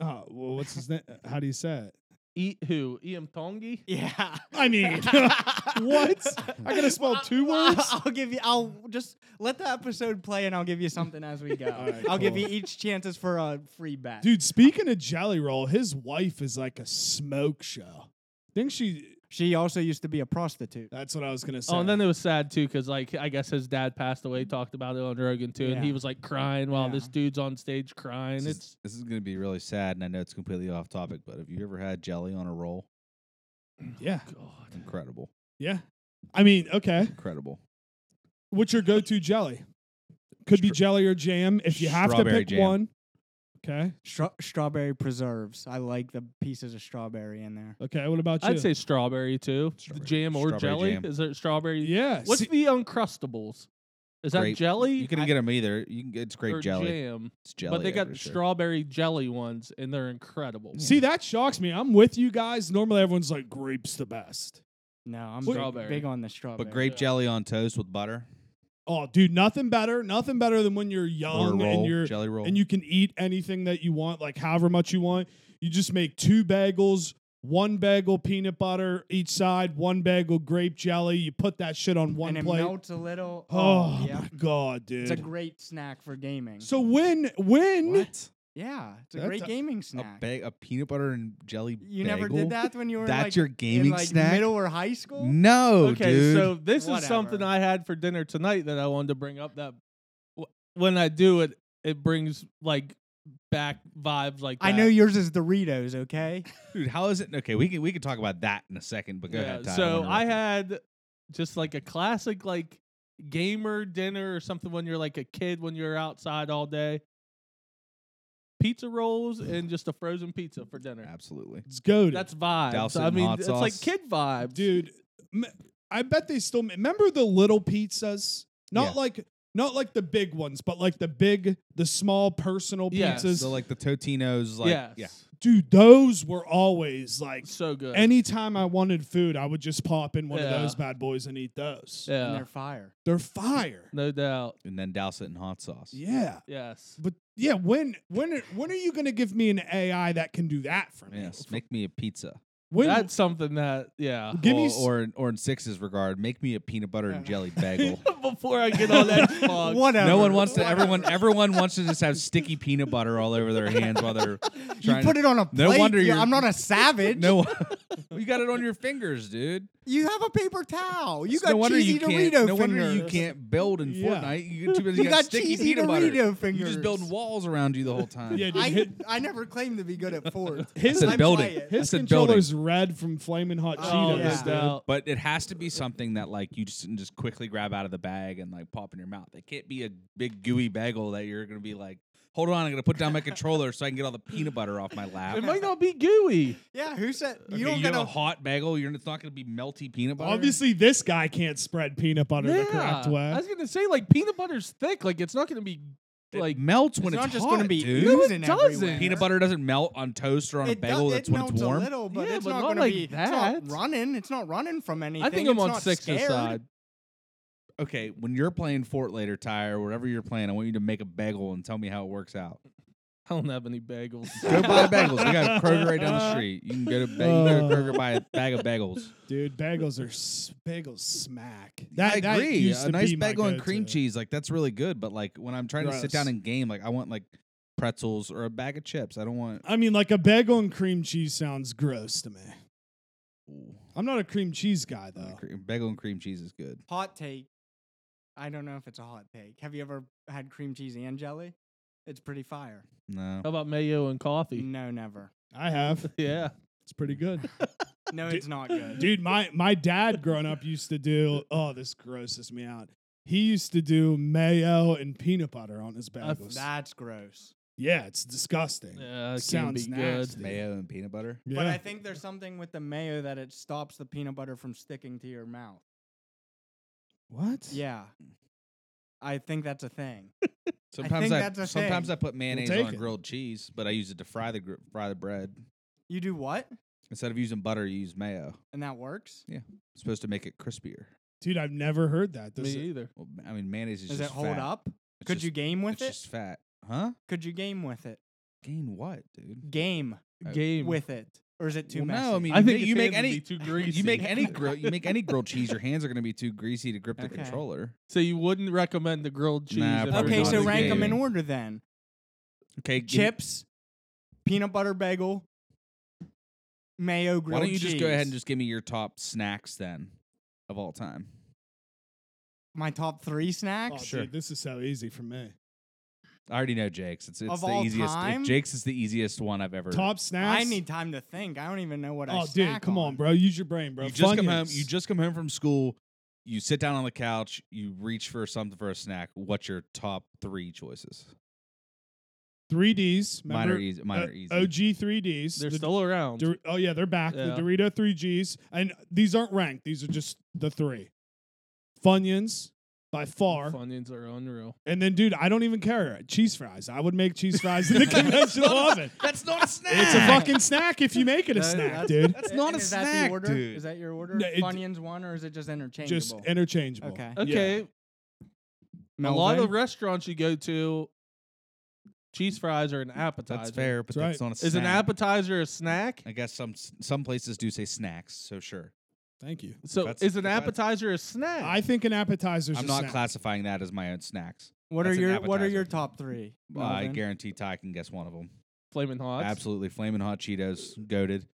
S1: oh, well, what's his name? How do you say it?
S2: Eat E, who? Iam Tongi?
S4: Yeah.
S1: I mean, what? I gotta spell two words?
S4: I'll, give you. I'll just let the episode play, and I'll give you something as we go.
S1: Alright,
S4: I'll give
S1: cool.
S4: you each chances for a free bet.
S1: Dude, speaking of Jelly Roll, his wife is like a smoke show. think she.
S4: She also used to be a prostitute.
S1: That's what I was gonna say.
S2: Oh, and then it was sad too, because like I guess his dad passed away. Talked about it on Rogan too, and he
S4: Yeah.
S2: was like crying while
S4: Yeah.
S2: this dude's on stage crying. It's
S3: This is, this is going to be really sad, and I know it's completely off topic, but have you ever had jelly on a roll?
S1: yeah,
S2: God.
S3: Incredible,
S1: yeah. I mean, okay.
S3: incredible.
S1: What's your go-to jelly? Could be
S3: Stra-
S1: jelly or jam. If you have to
S3: Strawberry
S1: pick
S3: jam.
S1: one. Okay.
S4: Stra- strawberry preserves. I like the pieces of strawberry in there.
S1: Okay. What about you?
S2: I'd say strawberry too. The
S3: Strawberry-
S2: jam or
S3: strawberry
S2: jelly?
S3: jam.
S2: Is there strawberry?
S1: yeah.
S2: What's
S1: see-
S2: the uncrustables? Is that
S3: Grape.
S2: jelly?
S3: You couldn't get them either. You can get it's grape
S2: or
S3: jelly.
S2: jam?
S3: It's jelly,
S2: but they
S3: I'm
S2: got
S3: pretty sure.
S2: strawberry jelly ones, and they're incredible.
S1: see that shocks me. I'm with you guys. Normally everyone's like grapes the best.
S4: No, I'm
S1: What-
S4: big,
S2: Strawberry.
S4: big on the strawberry.
S3: But grape
S2: Yeah.
S3: jelly on toast with butter
S1: Oh, dude, nothing better. Nothing better than when you're
S3: or a
S1: young and
S3: roll,
S1: you're
S3: jelly roll.
S1: and you can eat anything that you want, like however much you want. You just make two bagels, one bagel peanut butter each side, one bagel grape jelly. You put that shit on one
S4: and it
S1: plate.
S4: melts a little.
S1: oh
S4: yeah.
S1: my god, dude!
S4: It's a great snack for gaming.
S1: so when when
S3: what?
S4: yeah, it's a
S1: That's
S4: great
S1: a-
S4: gaming
S3: A
S4: snack.
S3: bag, a peanut butter and jelly.
S4: you
S3: bagel?
S4: never did that when you were in,
S3: That's
S4: like,
S3: your
S4: in,
S3: gaming
S4: like,
S3: snack.
S4: middle or high school.
S3: No,
S2: okay,
S3: dude.
S2: so this is
S4: Whatever.
S2: something I had for dinner tonight that I wanted to bring up. That w- when I do it, it brings like back vibes like that.
S4: I know yours is Doritos, okay?
S3: dude, how is it? Okay, we can we can talk about that in a second. But go ahead. Ty,
S2: So
S3: I'm
S2: I
S3: interrupting.
S2: had just like a classic like gamer dinner or something when you're like a kid when you're outside all day. Pizza rolls and just a frozen pizza for dinner.
S3: absolutely.
S1: Let's go, dude.
S2: That's vibes.
S3: Douse it
S2: I
S3: in
S2: mean,
S3: hot
S2: it's like
S3: sauce.
S2: kid vibes,
S1: dude. m- I bet they still remember the little pizzas, not
S3: Yeah.
S1: like not like the big ones, but like the big, the small personal
S2: Yeah,
S1: pizzas.
S3: So like the Totino's, like
S2: yes.
S3: yeah,
S1: dude, those were always like
S2: So good.
S1: anytime I wanted food, I would just pop in one
S2: Yeah.
S1: of those bad boys and eat those.
S4: And
S2: yeah.
S4: they're fire.
S1: They're fire.
S2: No doubt.
S3: and then douse it in hot sauce.
S1: Yeah.
S2: Yes.
S1: But yeah, when when are- when are you going to give me an AI that can do that for me?
S3: Yes, make me a pizza.
S1: When
S2: That's something that yeah.
S1: give me
S3: or,
S1: s-
S3: or in, or in Six's regard, make me a peanut butter and
S4: Yeah.
S3: jelly bagel.
S2: Before I get on Xbox.
S4: Whatever.
S3: no one wants to. Everyone everyone wants to just have sticky peanut butter all over their hands while they're
S4: You
S3: trying.
S4: put
S3: to,
S4: it on a plate.
S3: No wonder
S4: you-
S3: you're-
S4: I'm not a savage.
S3: no, you got it on your fingers, dude.
S4: You have a paper towel. You
S3: It's
S4: got
S3: no wonder
S4: cheesy
S3: you can't.
S4: Dorito
S3: no
S4: fingers.
S3: wonder you can't build in
S1: Yeah.
S3: Fortnite. You, get too busy-
S4: You
S3: you
S4: got
S3: sticky
S4: cheesy
S3: peanut butter.
S4: Dorito fingers.
S3: You just build walls around you the whole time.
S1: Yeah, dude,
S4: I,
S1: hit-
S4: I never claimed to be good at Ford.
S1: His-
S3: I said
S4: I
S3: building.
S4: play it.
S1: his
S3: I said
S1: controller's red from flaming hot
S2: Oh,
S1: Cheetos.
S4: yeah.
S2: no
S1: dude.
S2: doubt.
S3: But it has to be something that like you just just quickly grab out of the bag and like pop in your mouth. It can't be a big gooey bagel that you're gonna be like, hold on, I'm gonna put down my controller so I can get all the peanut butter off my lap.
S2: It might not be gooey.
S4: Yeah, who said
S3: Okay,
S4: you don't
S3: have a
S4: gotta?
S3: hot bagel. You're it's not gonna be melty peanut butter.
S1: Obviously, this guy can't spread peanut butter the correct
S2: I
S1: way.
S2: was gonna say like peanut butter's thick. Like it's not gonna be
S3: it
S2: like
S3: melts when
S4: it's
S3: it's,
S4: not just
S3: hot,
S4: gonna be
S3: dude.
S2: No, it
S4: oozing everywhere.
S2: doesn't.
S3: Peanut butter doesn't melt on toast or on a
S4: It do-
S3: bagel.
S4: it
S3: That's when it's
S4: melts a
S3: warm.
S4: little, but
S2: Yeah,
S4: it's
S2: but
S4: not,
S2: not
S4: gonna
S2: like
S4: be. It's not
S2: that.
S4: running. It's not running from anything.
S2: I think I'm
S4: it's
S2: on
S4: not
S2: Sixers
S4: scared.
S2: side.
S3: Okay, when you're playing Fort later, Ty, or whatever you're playing, I want you to make a bagel and tell me how it works out.
S2: I don't have any bagels.
S3: Go buy bagels. We got a Kroger right down the
S4: Uh,
S3: street. You can go to, ba- you can go to Kroger buy a bag of bagels.
S1: Dude, bagels are s- bagels smack. That,
S3: I
S1: that
S3: agree.
S1: used
S3: A
S1: to
S3: nice
S1: be my
S3: bagel and cream
S1: go-to.
S3: cheese, like that's really good. But like when I'm trying to sit down
S1: Gross.
S3: and game, like I want like pretzels or a bag of chips. I don't want.
S1: I mean, like a bagel and cream cheese sounds gross to me. I'm not a cream cheese guy though.
S3: Cre- Bagel and uh, cream cheese is good.
S4: Hot take. I don't know if it's a hot take. Have you ever had cream cheese and jelly? It's pretty fire.
S3: No.
S2: How about mayo and
S3: Mm.
S2: coffee?
S4: No, never.
S1: I have.
S2: Yeah.
S1: It's pretty good.
S4: No,
S1: Dude-
S4: it's not good.
S1: Dude, my my dad growing up used to do. Oh, this grosses me out. He used to do mayo and peanut butter on his
S2: That's-
S1: bagels.
S4: That's gross.
S1: yeah, it's disgusting.
S2: Yeah, it can
S1: Sounds
S2: be good.
S1: nasty.
S3: Mayo and peanut butter.
S1: Yeah.
S4: But I think there's something with the mayo that it stops the peanut butter from sticking to your mouth.
S1: what?
S4: Yeah. I think that's a thing.
S3: Sometimes
S4: think
S3: I,
S4: that's a
S3: sometimes
S4: thing.
S3: I put mayonnaise
S1: take
S3: on
S1: it.
S3: grilled cheese, but I use it to fry the gr- fry the bread.
S4: You do what?
S3: Instead of using butter, you use mayo.
S4: And that works?
S3: It's supposed to make it crispier.
S1: Dude, I've never heard that.
S2: Me
S1: Does it-
S2: either.
S3: Well, I mean, mayonnaise is
S4: Does it
S3: just
S4: hold
S3: fat.
S4: up?
S3: It's
S4: Could
S3: just-
S4: you game with
S3: it's
S4: it?
S3: just fat, huh?
S4: Could you game with it?
S3: Gain what, dude?
S4: Game
S3: Uh,
S2: Game
S4: with it. Or is it too
S3: Well,
S4: messy?
S3: no, I mean,
S2: I
S3: you
S2: think
S3: make-
S2: his
S3: you make
S2: hands would
S3: any-
S2: be too greasy.
S3: You make any grill, you make any grilled cheese, your hands are going to be too greasy to grip the
S4: Okay.
S3: controller.
S2: So you wouldn't recommend the grilled cheese?
S3: Nah,
S2: if you're
S3: probably
S4: okay,
S2: doing
S4: so
S2: the
S3: not
S4: rank them in
S3: game.
S4: order then.
S3: Okay, give-
S4: Chips, peanut butter bagel, mayo grilled
S3: Why don't you
S4: cheese.
S3: just go ahead and just give me your top snacks then, of all time?
S4: my top three
S1: Oh,
S4: snacks?
S3: Sure.
S1: dude, this is so easy for me.
S3: I already know Jake's. It's it's
S4: Of
S3: the
S4: all
S3: easiest.
S4: time?
S3: Jake's is the easiest one I've ever.
S1: Top snacks.
S4: I need time to think. I don't even know what I
S1: Oh, dude,
S4: snack
S1: come on, bro. Use your brain, bro.
S3: you just come home.
S1: Funyuns.
S3: You just come home from school. You sit down on the couch. You reach for something for a snack. What's your top three choices?
S1: three Ds.
S3: Mine
S1: remember?
S3: are easy. Mine
S1: Uh,
S3: are easy.
S1: OG three Ds.
S2: They're still around.
S1: Dor- oh yeah, they're back.
S2: Yeah.
S1: The Dorito three Gs, and these aren't ranked. These are just the three. Funyuns by far,
S2: Funyuns are unreal.
S1: and then dude, I don't even care. Cheese fries. I would make cheese fries in the conventional oven.
S3: That's not a snack.
S1: It's a fucking snack if you make it a
S4: That-
S1: snack,
S4: that's-
S1: dude.
S3: That's not a
S4: is
S3: snack,
S4: that the order?
S3: dude.
S4: Is that your order?
S1: No, it-
S4: Funyuns one, or is it just interchangeable?
S1: Just interchangeable.
S4: Okay.
S1: Yeah.
S2: Okay, a lot of restaurants you go to, cheese fries are an appetizer.
S3: that's fair,
S1: That's
S3: but
S1: right.
S3: that's not a snack.
S2: Is an appetizer a snack?
S3: I guess some some places do say snacks. So sure,
S1: Thank you.
S2: So
S3: That's-
S2: is an
S3: that's-
S2: appetizer a snack?
S1: I think an appetizer's
S3: I'm
S1: a
S3: not
S1: snack.
S3: classifying that as my own snacks.
S4: What are
S3: That's an
S4: your What are
S3: appetizer.
S4: your top three?
S3: Uh, I
S4: Melvin?
S3: guarantee Ty can guess one of them.
S2: flaming hot.
S3: Absolutely, flaming hot Cheetos, goaded.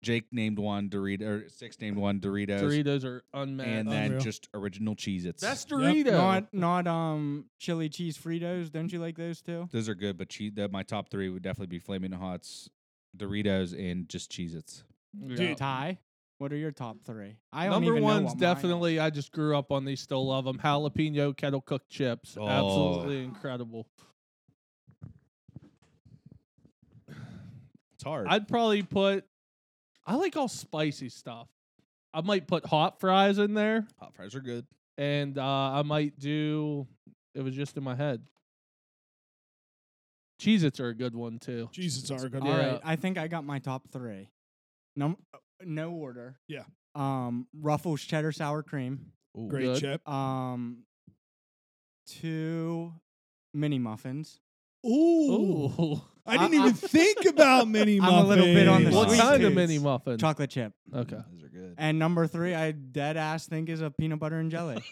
S3: Jake named one Dorito, or six named one Doritos,
S2: Doritos are unmatched.
S3: and then
S1: Unreal.
S3: just original Cheez-Its.
S2: That's
S1: Yep.
S2: Dorito.
S4: Not not um chili cheese Fritos. Don't you like those too?
S3: Those are good, but che- the, my top three would definitely be flaming hots, Doritos, and just Cheez-Its.
S2: Yeah. Mm-hmm.
S1: Dude,
S4: Ty, what are your top three? I don't
S2: Number
S4: even know
S2: one's
S4: what mine
S2: definitely. I just grew up on these. Still love them. Jalapeno kettle cooked chips.
S3: Oh.
S2: Absolutely incredible.
S3: It's hard.
S2: I'd probably put. I like all spicy stuff. I might put hot fries in there,
S3: hot fries are good.
S2: and uh, I might do. It was just in my head. Cheez-Its are a good one too.
S1: Jesus are good.
S4: All right,
S2: Yeah.
S4: I think I got my top three. No, no order.
S1: Yeah.
S4: Um, Ruffles cheddar sour cream.
S3: Ooh.
S1: Great
S2: Good.
S1: chip.
S4: Um, two mini muffins.
S1: Ooh.
S2: Ooh,
S1: I didn't
S4: I- I-
S1: even think about mini
S4: I'm a
S1: muffins.
S4: little bit on the
S2: what
S4: sweet
S2: kind of
S4: tooth.
S2: mini muffin?
S4: Chocolate chip.
S2: okay,
S3: Those are good.
S4: And number three, I dead ass think is a peanut butter and jelly.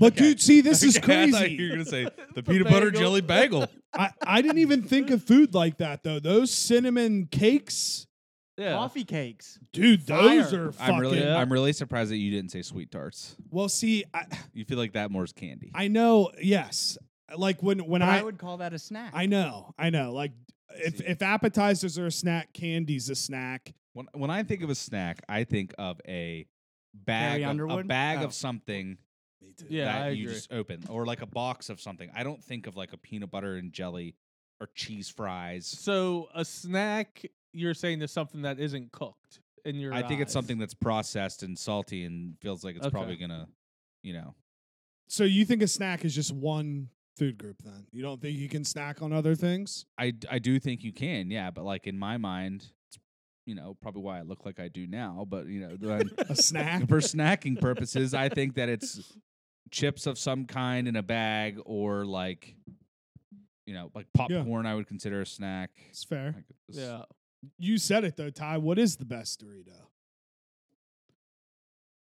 S1: But dude, see, this is
S3: Okay, I thought
S1: crazy.
S3: you were gonna say the
S2: The
S3: peanut butter
S2: bagel.
S3: jelly bagel.
S1: I, I didn't even think of food like that though. Those cinnamon cakes,
S2: yeah.
S4: Coffee cakes.
S1: dude, those
S4: Fire.
S1: are fucking.
S3: I'm really,
S2: Yeah.
S3: I'm really surprised that you didn't say sweet tarts.
S1: well, see, I,
S3: You feel like that more is candy.
S1: I know. Yes, like when when
S4: But I,
S1: I,
S4: would call that a snack.
S1: I know, I know. Like if
S3: See.
S1: if appetizers are a snack, candy's a snack.
S3: When when I think of a snack, I think of a bag
S4: Carrie
S3: of, a
S4: Underwood?
S3: bag
S4: Oh.
S3: of something
S1: Me too.
S2: Yeah,
S3: that
S2: I
S3: you
S2: agree.
S3: just open or like a box of something. I don't think of like a peanut butter and jelly or cheese fries.
S2: So a snack, you're saying is something that isn't cooked in your.
S3: I think it's
S2: eyes.
S3: something that's processed and salty and feels like it's
S2: Okay.
S3: probably gonna, you know.
S1: So you think a snack is just one food group? Then you don't think you can snack on other things?
S3: I d- I do think you can, yeah, but like in my mind, it's you know probably why I look like I do now. But you know, then
S1: A snack.
S3: for snacking purposes, I think that it's chips of some kind in a bag or like you know, like popcorn I would consider a snack.
S1: It's fair.
S3: Like, it's-
S2: Yeah.
S1: You said it though, Ty. What is the best Dorito?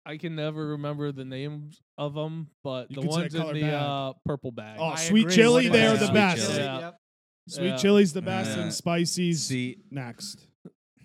S2: I can never remember the names of them, but
S1: You
S2: the
S1: could say
S2: ones in
S1: color
S2: the
S1: bag.
S2: uh, purple bag.
S1: Oh,
S4: I
S1: sweet
S4: agree.
S1: chili,
S4: What
S1: they
S4: is
S1: are
S4: it?
S1: the
S3: Sweet
S1: best.
S3: chili.
S2: Yeah.
S4: Yep.
S1: Sweet
S2: Yeah.
S1: chili's the best,
S3: Yeah.
S1: and spicy's
S3: See,
S1: next.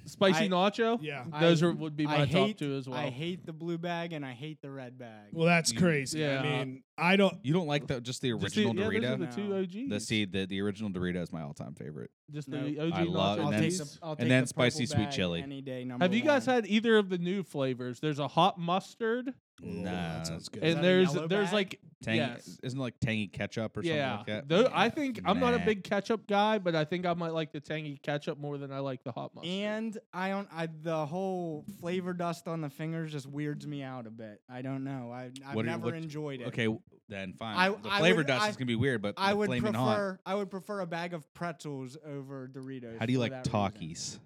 S2: Spicy
S4: I-
S2: nacho.
S1: Yeah.
S2: Those
S4: I-
S2: are, would be
S4: I
S2: my top
S4: hate-
S2: two as well.
S4: I hate the blue bag and I hate the red bag.
S1: Well, that's
S3: You-
S1: crazy.
S2: Yeah.
S1: I mean, I don't.
S3: you don't like the just the
S2: Just the-
S3: original
S2: yeah, those are
S3: Dorito.
S2: the two
S4: No.
S2: OGs.
S3: The see the, the original Dorito is my all time favorite.
S2: Just
S4: No.
S2: the OG
S3: I love-
S2: nacho
S4: I'll
S3: and
S4: take
S3: that's-
S2: cheese.
S4: the, I'll
S3: and
S4: take
S3: then
S4: the
S3: spicy
S4: purple
S3: sweet
S4: bag
S3: chili.
S4: Any day, number
S2: Have you guys
S4: one.
S2: had either of the new flavors? There's a hot mustard
S1: Ooh,
S3: Nah,
S1: that sounds good.
S2: and
S1: Is that a
S2: there's
S1: yellow
S2: there's
S1: bag?
S2: like
S3: tangy,
S2: yes.
S3: isn't it like tangy ketchup or
S2: yeah,
S3: something like that?
S2: Though, I think I'm not a
S3: Nah.
S2: big ketchup guy, but I think I might like the tangy ketchup more than I like the hot mustard.
S4: And I don't. I the whole flavor dust on the fingers just weirds me out a bit. I don't know. I I've
S3: What do you-
S4: never
S3: what-
S4: enjoyed it.
S3: Okay, w- then fine.
S4: I-
S3: the
S4: I
S3: flavor
S4: would-
S3: dust
S4: I-
S3: is gonna be weird, but
S4: I
S3: the
S4: would
S3: flaming hot.
S4: prefer. I would prefer a bag of pretzels over Doritos.
S3: How do you
S4: for
S3: like
S4: that reason.
S3: talkies?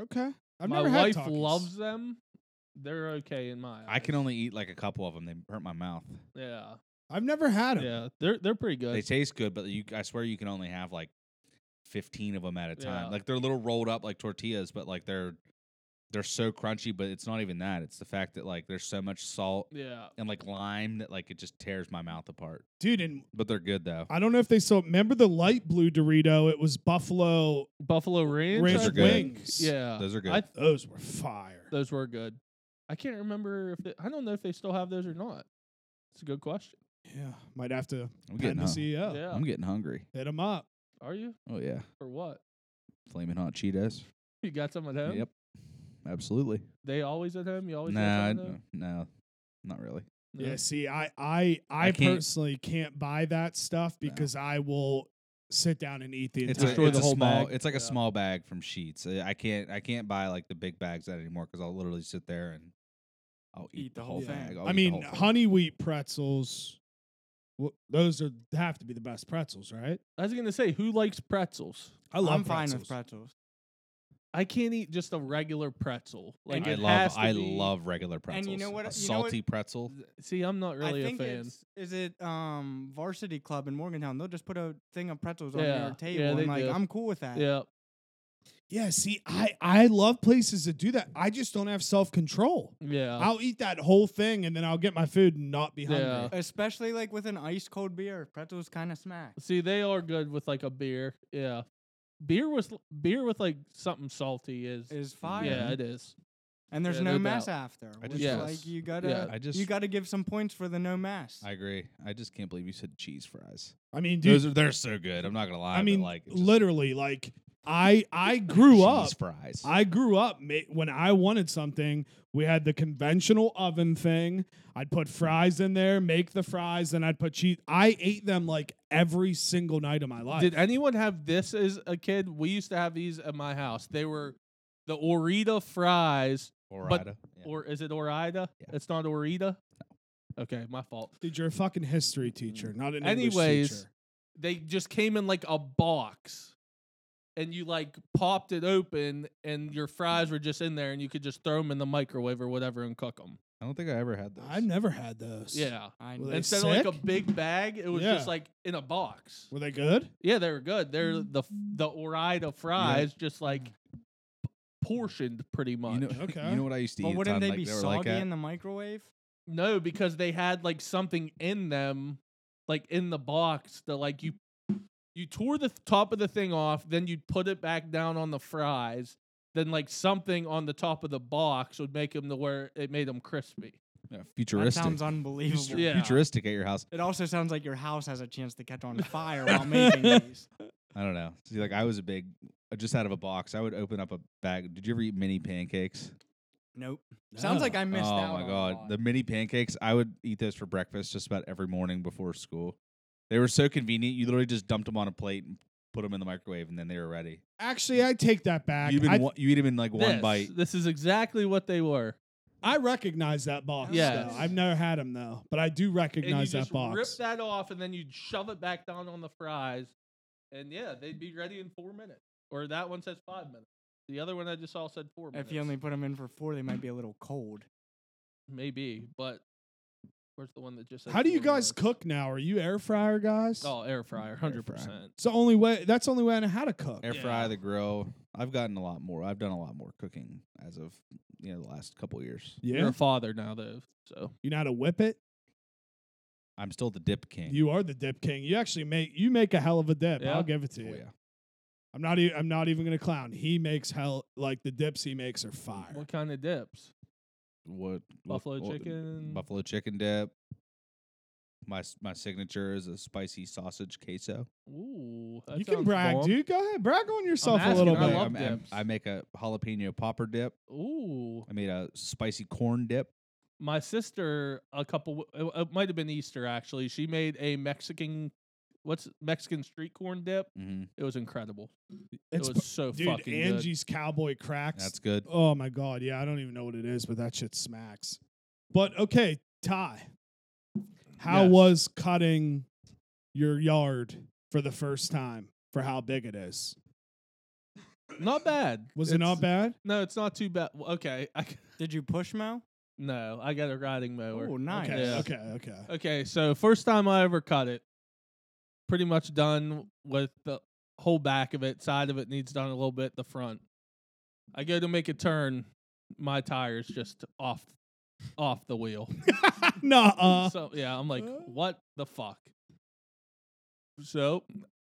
S1: okay. I've
S2: my
S1: never
S2: wife
S1: had Takis.
S2: loves them. They're okay in my. Eyes.
S3: I can only eat like a couple of them. They hurt my mouth.
S2: Yeah,
S1: I've never had them.
S2: yeah, they're they're pretty good.
S3: They taste good, but you, I swear you can only have like 15 of them at a time.
S2: Yeah.
S3: Like they're little rolled up like tortillas, but like they're they're so crunchy, but it's not even that. It's the fact that like there's so much salt
S2: yeah,
S3: and like lime that like it just tears my mouth apart.
S1: Dude, and
S3: But they're good though.
S1: I don't know if they still remember the light blue Dorito. It was Buffalo
S2: Buffalo Ranch.
S1: Ranch
S3: are
S2: I
S3: good.
S2: think.
S1: wings.
S2: Yeah,
S3: Those are good.
S2: uh, I th-
S1: Those were fire.
S2: those were good. I can't remember if they, I don't know if they still have those or not. It's a good question.
S1: yeah. Might have to
S3: I'm
S1: pen
S3: getting
S1: the
S3: hung-
S1: CEO.
S2: Yeah,
S3: I'm getting hungry.
S1: Hit him up.
S2: are you
S3: Oh yeah,
S2: or what?
S3: flaming hot Cheetos.
S2: You got some at home?
S3: Yep, absolutely.
S2: They always at home. You always
S3: No,
S2: have
S3: I-
S2: some at home?
S3: no, not really.
S2: No.
S1: Yeah. see, I I I,
S3: I can't-
S1: personally can't buy that stuff
S3: No.
S1: because I will sit down and eat the
S3: It's
S1: entire.
S3: a,
S2: Destroy
S3: it's
S2: the
S3: a
S2: whole
S3: small.
S2: bag?
S3: It's like
S2: Yeah.
S3: a small bag from Sheets. Uh, I can't. I can't buy like the big bags that anymore because I'll literally sit there and I'll eat, the whole
S4: Yeah.
S3: bag. I'll
S1: I
S3: eat oh, the
S1: mean,
S3: whole thing.
S1: honey wheat pretzels. wh- Those are have to be the best pretzels, right?
S2: I was gonna say, who likes pretzels?
S1: I
S4: I'm fine with pretzels.
S2: I can't eat just a regular pretzel. Like
S3: I
S2: it
S3: love.
S2: has to
S3: I
S2: be-
S3: love regular pretzels.
S4: you know what-
S3: A
S4: you know what-
S3: salty pretzel.
S2: See, I'm not really
S4: I
S2: a
S4: think
S2: fan.
S4: it's is it um Varsity Club in Morgantown. They'll just put a thing of pretzels on
S2: Yeah,
S4: your table.
S2: yeah, they
S4: and like
S2: do.
S4: I'm cool with that.
S2: Yeah,
S1: Yeah, see, I I love places that do that. I just don't have self control.
S2: yeah.
S1: I'll eat that whole thing and then I'll get my food and not be hungry.
S2: Yeah.
S4: Especially like with an ice cold beer, pretzels kind of smack.
S2: See, they are good with like a beer. Yeah, beer with beer with like something salty is.
S4: Is fire.
S2: Yeah, it is.
S4: And there's
S2: yeah,
S4: no
S2: no
S4: mess
S2: doubt.
S4: after.
S3: I
S4: Which
S3: just-
S2: Yes.
S4: like you gotta
S2: Yeah.
S3: I just.
S4: you gotta give some points for the no mess.
S3: I agree. I just can't believe you said cheese fries.
S1: I mean, dude,
S3: Those are they're so good. I'm not gonna lie.
S1: I
S3: but,
S1: mean,
S3: like it's just
S1: literally, like I I grew up.
S3: cheese fries.
S1: I grew up ma- when I wanted something. We had the conventional oven thing. I'd put fries in there, make the fries, then I'd put cheese. I ate them like every single night of my life.
S2: Did anyone have this as a kid? We used to have these at my house. They were the Orita fries, but-
S3: Orida. Yeah.
S2: or is it Orida?
S3: Yeah.
S2: It's not Orita. Okay, my fault.
S1: Dude, you're a fucking history teacher, not an English
S2: Anyways,
S1: teacher.
S2: they just came in like a box and you like popped it open and your fries were just in there and you could just throw them in the microwave or whatever and cook them
S3: I don't think I ever had those.
S1: I never had those.
S2: yeah
S4: I
S1: Well,
S4: know.
S1: they
S2: instead of like a
S1: sick?
S2: big bag it was
S1: Yeah.
S2: just like in a box
S1: Were they good?
S2: yeah they were good they're the the orida fries just like p- portioned pretty much
S3: You know,
S1: Okay.
S3: you know what I used to
S4: but
S3: eat. a
S4: wouldn't
S3: ton,
S4: they
S3: like,
S4: be
S3: were
S4: soggy
S3: like that?
S4: in the microwave?
S2: no because they had like something in them like in the box that like you you tore the th- top of the thing off then you'd put it back down on the fries then like something on the top of the box would make them to where it made them crispy
S3: Yeah,
S4: That
S3: futuristic.
S4: sounds unbelievable.
S2: Yeah.
S3: Futuristic at your house.
S4: It also sounds like your house has a chance to catch on fire while making these.
S3: I don't know. See, like I was a big, uh, just out of a box. I would open up a bag. Did you ever eat mini pancakes?
S4: Nope. Sounds like I missed
S3: oh
S4: out.
S3: my
S4: on a
S3: god,
S4: lot.
S3: the mini pancakes! I would eat those for breakfast just about every morning before school. They were so convenient. You literally just dumped them on a plate and put them in the microwave, and then they were ready.
S1: Actually, I take that back.
S3: You even
S1: I,
S3: one, you eat them in like one
S2: this,
S3: bite.
S2: this is exactly what they were
S1: I recognize that box.
S2: Yes.
S1: though. I've never had them though, but I do
S2: and you
S1: recognize
S2: just
S1: that box.
S2: rip that off and then you'd shove it back down on the fries and yeah they'd be ready in four minutes or that one says five minutes the other one i just saw said four minutes
S4: If you only put them in for four, they might be a little cold.
S2: Maybe, but where's the one that just? said
S1: How do you
S2: four
S1: guys
S2: minutes?
S1: cook now? Are you air fryer guys?
S2: Oh, air fryer, hundred percent.
S1: It's the only way. That's the only way I know how to cook.
S3: Air fry
S2: Yeah.
S3: the grill. I've gotten a lot more. I've done a lot more cooking as of you know the last couple years.
S2: You're
S1: yeah,
S2: a father now, though, so
S1: you know how to whip it.
S3: I'm still the dip king.
S1: You are the dip king. You actually make you make a hell of a dip.
S2: Yeah?
S1: I'll give it to
S3: Oh,
S1: you.
S3: yeah.
S1: I'm not. E- I'm not even gonna clown. He makes hell like the dips he makes are fire.
S2: what kind of dips?
S3: What what-
S2: Buffalo
S3: what-
S2: chicken.
S3: Buffalo chicken dip. My s- my signature is a spicy sausage queso.
S2: Ooh, that
S1: you can
S2: sounds
S1: brag,
S2: bomb.
S1: dude. Go ahead, brag on yourself a
S2: asking,
S1: little
S2: I
S1: bit.
S2: love
S3: I'm- I'm-
S2: dips.
S3: I make a jalapeno popper dip.
S2: Ooh,
S3: I made a spicy corn dip.
S2: my sister a couple it it might have been Easter actually. She made a Mexican what's Mexican street corn dip.
S3: hmm
S2: It was incredible.
S1: It's
S2: it was so
S1: fu- dude,
S2: fucking good.
S1: Angie's Cowboy Cracks.
S3: That's good.
S2: uh,
S1: Oh my god, yeah, I don't even know what it is, but that shit smacks. But okay, Ty, how
S2: Yes.
S1: was cutting your yard for the first time for how big it is?
S2: Not bad.
S1: Was it not
S2: It's-
S1: bad?
S2: No, it's not too bad. Well, Okay, I c
S4: Did you push mow?
S2: no, I got a riding mower.
S4: Oh, nice.
S1: Okay,
S2: Yeah.
S1: okay, okay.
S2: Okay, so first time I ever cut it, pretty much done with the whole back of it. Side of it needs done a little bit. The front. I go to make a turn, my tire's just off, off the wheel.
S1: Nuh-uh.
S2: so yeah, I'm like,
S1: uh.
S2: what the fuck? So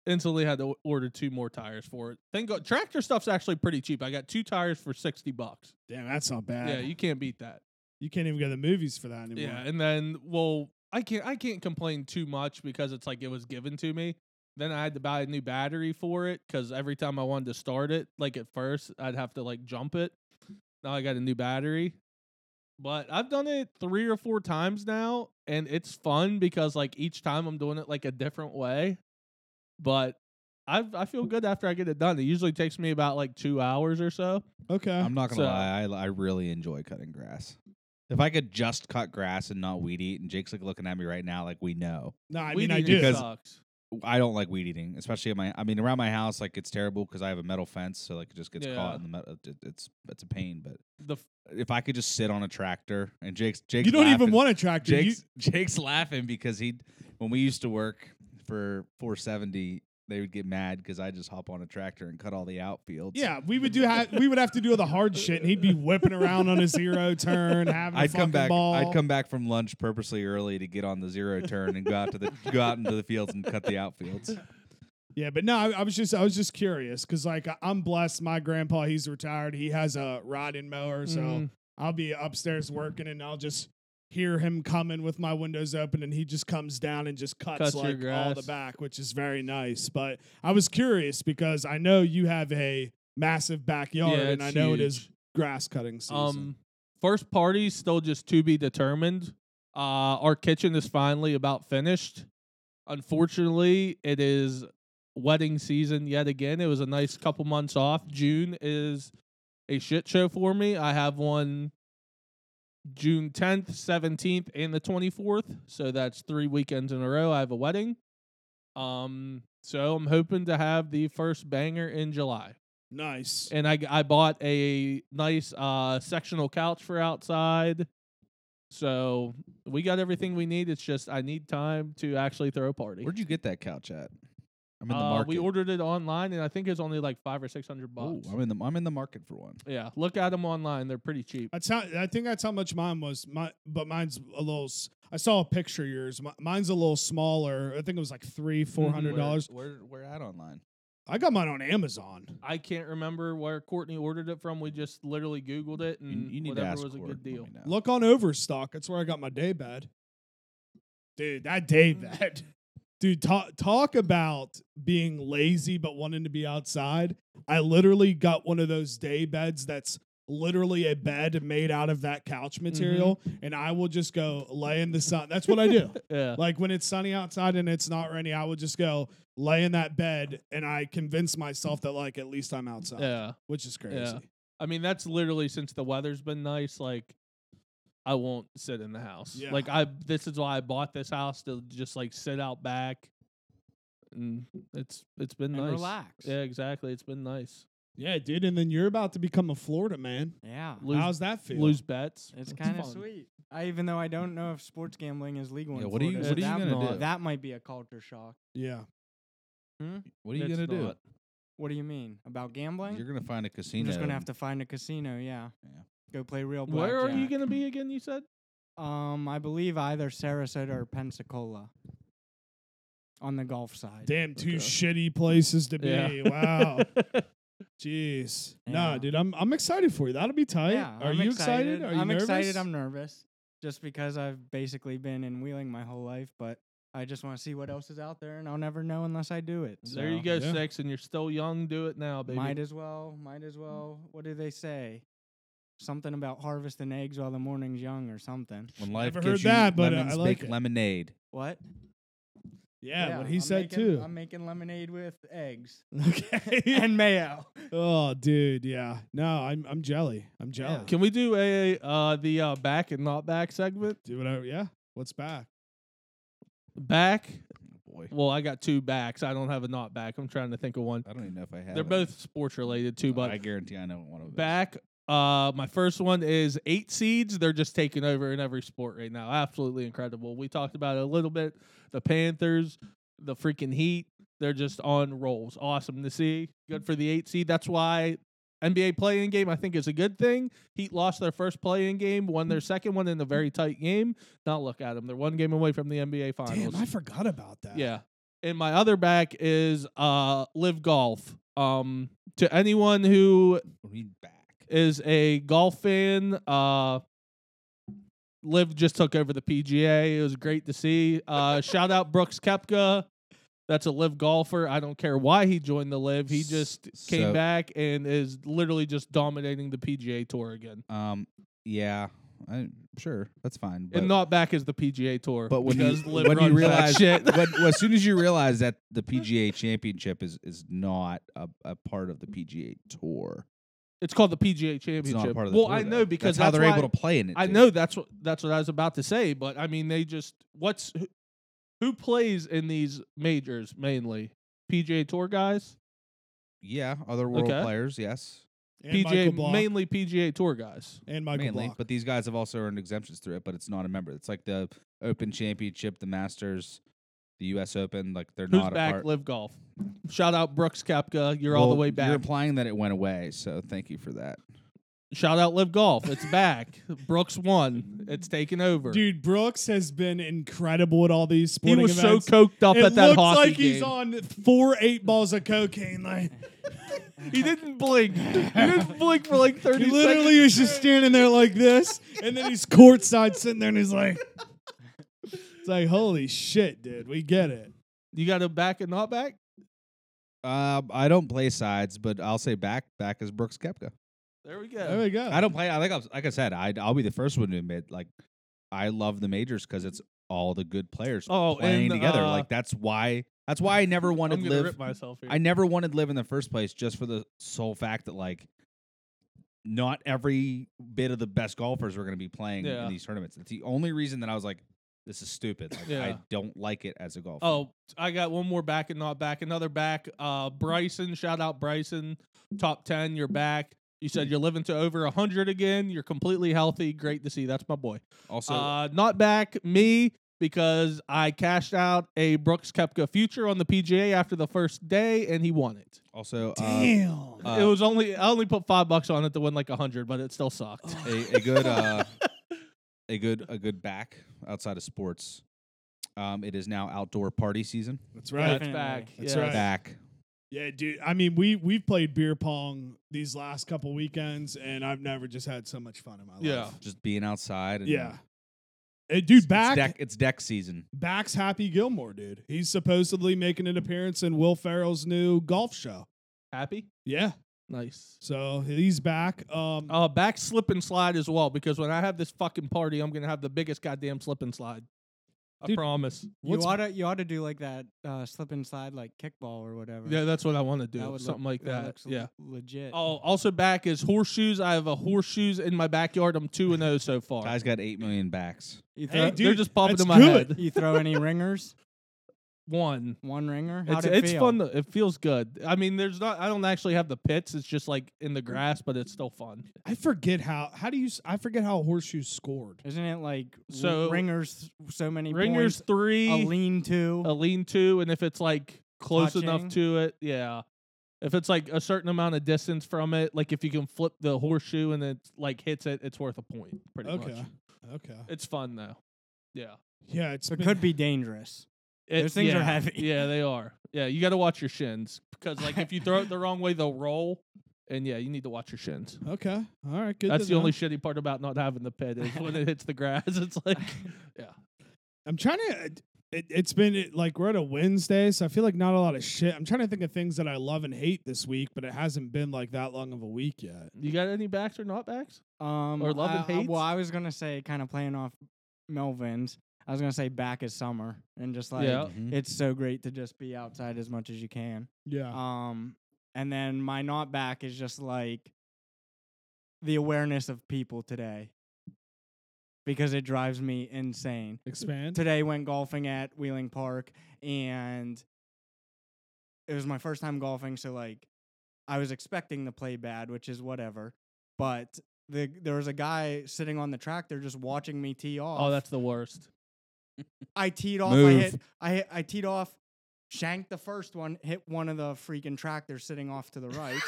S2: instantly had to order two more tires for it. Thank God, tractor stuff's actually pretty cheap. I got two tires for sixty bucks.
S1: Damn, that's not bad.
S2: Yeah,
S1: you,
S2: you can't beat that.
S1: can't even go to the movies for that anymore.
S2: Yeah, and then well, I can't I can't complain too much because it's like it was given to me. Then I had to buy a new battery for it because every time I wanted to start it, like at first, I'd have to like jump it. Now I got a new battery. But I've done it three or four times now, and it's fun because like each time I'm doing it like a different way. But I've I feel good after I get it done. It usually takes me about like two hours or so.
S1: Okay.
S3: I'm not gonna
S2: So-
S3: lie, I, I really enjoy cutting grass. If I could just cut grass and not weed eat, and Jake's like looking at me right now, like we know.
S1: no, I
S2: Weed
S1: mean I do.
S2: eating
S3: Because-
S2: sucks.
S3: I don't like weed eating, especially at my. I mean, around my house, like it's terrible because I have a metal fence, so like it just gets
S2: Yeah.
S3: caught in the metal. It, it's it's a pain. But
S2: The f-
S3: if I could just sit on a tractor and Jake's Jake's
S1: you don't even
S3: laughing-
S1: want a tractor. You,
S3: Jake's Jake's laughing because he when we used to work for 470, they would get mad because I just hop on a tractor and cut all the outfields.
S1: yeah, we would do. Ha- we would have to do the hard shit, and he'd be whipping around on a zero turn, having. a
S3: I'd come
S1: fucking
S3: back.
S1: Ball.
S3: I'd come back from lunch purposely early to get on the zero turn and go out to the go out into the fields and cut the outfields.
S1: Yeah, but no, I, I was just I was just curious because like I- I'm blessed. My grandpa, he's retired. He has a rod and mower, so
S2: mm,
S1: I'll be upstairs working, and I'll just hear him coming with my windows open, and he just comes down and just cuts,
S2: Cuts your
S1: like all the
S2: grass.
S1: back, which is very nice. But I was curious because I know you have a massive backyard,
S2: yeah,
S1: and I
S2: it's
S1: know it
S2: huge.
S1: is grass cutting season.
S2: Um, first party still just to be determined. Uh, our kitchen is finally about finished. Unfortunately, it is wedding season yet again. It was a nice couple months off. June is a shit show for me. I have one June 10th, 17th, and the 24th. So that's three weekends in a row. I have a wedding. Um, so I'm hoping to have the first banger in July
S1: nice.
S2: and I, I bought a nice uh sectional couch for outside. So we got everything we need. It's just I need time to actually throw a party.
S3: Where'd you get that couch at? I'm in the
S2: Uh,
S3: market.
S2: We ordered it online, and I think it's only like five or six hundred
S3: Ooh,
S2: bucks.
S3: I'm in the I'm in the market for one.
S2: yeah, look at them online; they're pretty cheap.
S1: That's how I think that's how much mine was. My but mine's a little. s- I saw a picture of yours. Mi- Mine's a little smaller. I think it was like three, four hundred dollars.
S3: Where, where where at online?
S1: I got mine on Amazon.
S2: I can't remember where Courtney ordered it from. We just literally Googled it,
S3: You,
S2: and
S3: you need to
S2: Mm, whatever
S3: ask
S2: was a
S3: Cord,
S2: good
S3: let
S2: deal.
S3: me know.
S1: Look on Overstock. That's where I got my day bed. Dude, that day bed. Dude, talk talk about being lazy but wanting to be outside. I literally got one of those day beds that's literally a bed made out of that couch material, and I will just go lay in the sun. That's what I do.
S2: Yeah,
S1: Like when it's sunny outside and it's not rainy, I would just go lay in that bed and I convince myself that like at least I'm outside,
S2: yeah.
S1: which is crazy.
S2: Yeah. I mean, that's literally since the weather's been nice. Like, I won't sit in the house.
S1: Yeah.
S2: Like, I this is why I bought this house to just like sit out back, and it's it's been
S4: And
S2: nice.
S4: relax.
S2: Yeah, exactly. It's been nice.
S1: Yeah, dude. And then you're about to become a Florida man.
S4: Yeah.
S2: Lose,
S1: How's that feel?
S2: lose bets.
S4: It's kind of
S2: fun.
S4: sweet. I even though I don't know if sports gambling is legal
S3: Yeah,
S4: in
S3: what are you-
S4: Florida,
S2: what
S4: so
S2: are you
S4: that,
S2: gonna
S4: might-
S2: do?
S4: that might be a culture shock.
S1: Yeah.
S3: What are you
S2: It's
S3: gonna do?
S2: not.
S4: What do you mean about gambling?
S3: You're gonna find a casino.
S4: I'm just gonna have to find a casino. Yeah.
S3: Yeah.
S4: Go play
S1: Oh,
S4: real. Blackjack.
S2: Where are you gonna be again? You said.
S4: Um, I believe either Sarasota or Pensacola. On the golf side.
S1: Damn, two
S2: Okay.
S1: shitty places to be.
S2: Yeah.
S1: Wow. Jeez. Nah,
S4: Yeah.
S1: dude, I'm I'm excited for you. That'll be tight.
S4: Yeah,
S1: Are
S4: I'm
S1: you excited? Are you
S4: I'm
S1: nervous?
S4: excited. I'm nervous, just because I've basically been in wheeling my whole life. But I just want to see what else is out there, and I'll never know unless I do it.
S2: there you
S4: so
S2: go,
S1: Yeah.
S2: six, and you're still young. Do it now, baby.
S4: Might as well. Might as well. What do they say? something about harvesting eggs while the morning's young or something.
S3: When life
S1: Never
S3: gives
S1: heard
S3: you
S1: that, but, uh,
S3: lemons,
S1: I like
S3: make
S1: it.
S3: lemonade.
S4: What?
S1: Yeah, what he
S4: I'm
S1: said
S4: making-
S1: too.
S4: I'm making lemonade with eggs
S1: okay.
S4: and mayo.
S1: oh, dude, yeah. No, I'm I'm jelly. I'm jelly.
S2: Can we do a uh the uh back and not back segment?
S1: Do whatever. Yeah. What's back?
S2: Back.
S3: Oh, Boy,
S2: Well, I got two backs. I don't have a not back. I'm trying to think of one.
S3: I don't even know if I have.
S2: They're
S3: it.
S2: both sports related too,
S3: I
S2: but
S3: guarantee I know one of them.
S2: back. Uh, my first one is eight seeds. They're just taking over in every sport right now. Absolutely incredible. We talked about it a little bit. The Panthers, the freaking Heat. They're just on rolls. Awesome to see. Good for the eight seed. That's why NBA play-in game I think is a good thing. Heat lost their first play-in game, won their second one in a very tight game. Now look at them. They're one game away from the NBA finals.
S1: Damn, I forgot about that.
S2: Yeah. And my other back is uh live golf. Um to anyone who
S3: Read back.
S2: is a golf fan, uh Live just took over the PGA. It was great to see. Uh shout out Brooks Kepka. That's a live golfer. I don't care why he joined the live. He just
S3: S-
S2: came
S3: so-
S2: back and is literally just dominating the PGA tour again.
S3: Um, yeah, I, sure, that's fine. But
S2: and not back as the PGA tour.
S3: But when you-
S2: because Liv
S3: when you
S2: runs that
S3: realize-
S2: shit.
S3: when, well, as soon as you realize that the PGA Championship is is not a, a part of the PGA Tour,
S2: It's called the PGA
S3: it's
S2: Championship.
S3: not a part of the
S2: well,
S3: tour,
S2: I
S3: though.
S2: know because
S3: that's, how they're
S2: why-
S3: able to play in it.
S2: I
S3: too.
S2: know that's what that's what I was about to say, but I mean they just what's who, who plays in these majors mainly? PGA Tour guys,
S3: Yeah, other world
S2: Okay.
S3: players, yes,
S1: And Michael
S2: PGA
S1: Block,
S2: mainly PGA Tour guys.
S1: and Michael
S3: mainly.
S1: Block.
S3: But these guys have also earned exemptions through it. But it's not a member. It's like the Open Championship, the Masters, the U.S. Open. Like they're
S2: Who's
S3: not a
S2: back?
S3: part.
S2: Live golf. Shout out Brooks Kepka. You're all the
S3: Well,
S2: way
S3: You're
S2: back.
S3: implying that it went away, so thank you for that.
S2: Shout out Live golf. It's back. Brooks won. It's taken over.
S1: Dude, Brooks has been incredible at all these
S2: he
S1: sporting
S2: was so
S1: events.
S2: coked up
S1: it
S2: at that
S1: looks
S2: hockey
S1: like
S2: game.
S1: he's on four eight balls of cocaine. Like
S2: He didn't blink. he didn't blink for like thirty
S1: he literally
S2: seconds.
S1: was just standing there like this, and then he's courtside sitting there, and he's like, "It's like holy shit, dude, we get it."
S2: You got a back and not back.
S3: Um, I don't play sides, but I'll say back back is Brooks Kepka.
S2: There we
S1: There
S2: go.
S1: we go.
S3: I don't play. I like. I've- Like I said, I I'll be the first one to admit. Like, I love the majors because it's all the good players
S2: Oh,
S3: playing
S2: and,
S3: together.
S2: uh,
S3: like that's why. That's why I never
S2: I'm
S3: wanted
S2: gonna
S3: live.
S2: rip myself here.
S3: I never wanted live in the first place just for the sole fact that like. Not every bit of the best golfers were going to be playing
S2: Yeah.
S3: in these tournaments. That's the only reason that I was like, "This is stupid. Like, I
S2: Yeah.
S3: don't like it as a golfer."
S2: Oh, I got one more back and not back. Another back. Uh, Bryson, shout out Bryson. Top ten, you're back. You said you're living to over hundred again. You're completely healthy. Great to see. That's my boy.
S3: also,
S2: uh, not back me because I cashed out a Brooks Kepka future on the PGA after the first day, and he won it.
S3: also, uh,
S1: Damn.
S3: uh,
S2: it was only I only put five bucks on it to win like a hundred, but it still
S1: Oh,
S2: sucked.
S3: a, a good uh, a good a good back outside of sports. Um, it is now outdoor party season.
S1: That's
S2: Yeah,
S1: right.
S2: it's back.
S1: That's
S2: Yeah.
S1: right.
S3: Back.
S1: Yeah, dude. I mean, we we've played beer pong these last couple weekends, and I've never just had so much fun in my life.
S2: Yeah.
S3: Just being outside. And
S1: yeah.
S3: It's-
S1: Hey, dude,
S3: It's
S1: back
S3: deck, it's deck season.
S1: back's Happy Gilmore, dude. He's supposedly making an appearance in Will Ferrell's new golf show.
S2: Happy,
S1: Yeah,
S2: nice.
S1: so he's back. Um,
S2: Uh, back slip and slide as well because when I have this fucking party, I'm gonna have the biggest goddamn slip and slide. I
S1: Dude,
S2: promise.
S4: You
S1: what's-
S4: oughta you oughta do like that uh, slip and slide like kickball or whatever.
S2: Yeah, that's what I want to do.
S4: That would
S2: Something
S4: look-
S2: like that.
S4: looks le-
S2: yeah.
S4: legit.
S2: Oh, also back is horseshoes. I have a horseshoes in my backyard. I'm two and zero so far.
S3: Ty's got eight million backs.
S4: You
S1: Hey,
S4: throw,
S1: dude,
S2: They're just popping
S1: that's
S2: in my
S1: good.
S2: head.
S4: you throw any ringers?
S2: One.
S4: One ringer? How'd
S2: It's,
S4: it
S2: it's
S4: feel?
S2: fun. To, it feels good. I mean, there's not. I don't actually have the pits. It's just like in the grass, but it's still fun.
S1: I forget how how do you s- I forget how horseshoes scored.
S4: Isn't it like w-
S2: So-
S4: ringers? So many
S2: Ringers
S4: points,
S2: three,
S4: a lean two.
S2: a lean two, and if it's like close enough
S4: Touching.
S2: to it, yeah. If it's like a certain amount of distance from it, like if you can flip the horseshoe and it like hits it, it's worth a point, pretty
S1: Okay,
S2: much.
S1: okay,
S2: It's fun though. Yeah.
S1: yeah. It's
S4: so it
S1: been-
S4: could be dangerous.
S2: It-
S4: Those things are
S2: yeah,
S4: heavy.
S2: Yeah, they are. Yeah, you got to watch your shins because like if you throw it the wrong way, they'll roll. And yeah, you need to watch your shins.
S1: okay. All right, good.
S2: That's
S1: to
S2: the
S1: know.
S2: only shitty part about not having the pit is when it hits the grass. It's like, yeah,
S1: I'm trying to. it, it's been it- like we're at a Wednesday, so I feel like not a lot of shit. I'm trying to think of things that I love and hate this week, but it hasn't been like that long of a week yet.
S2: You got any backs or not backs?
S4: Um,
S2: Or love and
S4: I- I-
S2: hates?
S4: Well, I was gonna say kind of playing off Melvin's. I was gonna say back is summer and just like
S2: Yeah. Mm-hmm.
S3: Mm-hmm.
S4: it's so great to just be outside as much as you can.
S1: Yeah.
S4: Um, and then my not back is just like the awareness of people today because it drives me insane.
S1: Expand.
S4: Today went golfing at Wheeling Park and it was my first time golfing, so like I was expecting to play bad, which is whatever. But the there was a guy sitting on the track there just watching me tee off.
S2: Oh, that's the worst.
S4: I teed off. I
S3: Move.
S4: hit. I hit, I teed off. Shanked the first one. Hit one of the freaking tractors sitting off to the right.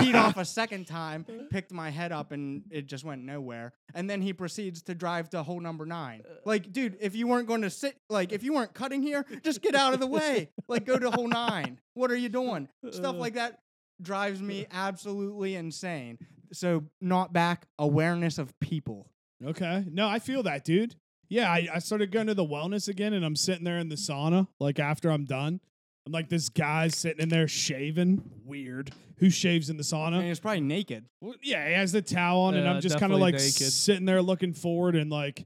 S4: teed off a second time. Picked my head up and it just went nowhere. And then he proceeds to drive to hole number nine. Like, dude, if you weren't going to sit, like, if you weren't cutting here, just get out of the way. Like, go to hole nine. What are you doing? Stuff like that drives me absolutely insane. So, not back awareness of people.
S1: Okay. No, I feel that, dude. Yeah, I, I started going to the wellness again, and I'm sitting there in the sauna. Like after I'm done, I'm like this guy sitting in there shaving. Weird. Who shaves in the
S4: I
S1: sauna?
S4: mean, it's probably naked.
S1: Well, yeah, he has the towel on, and
S2: Yeah,
S1: I'm just kind of
S2: definitely
S1: like
S2: naked.
S1: sitting there looking forward, and like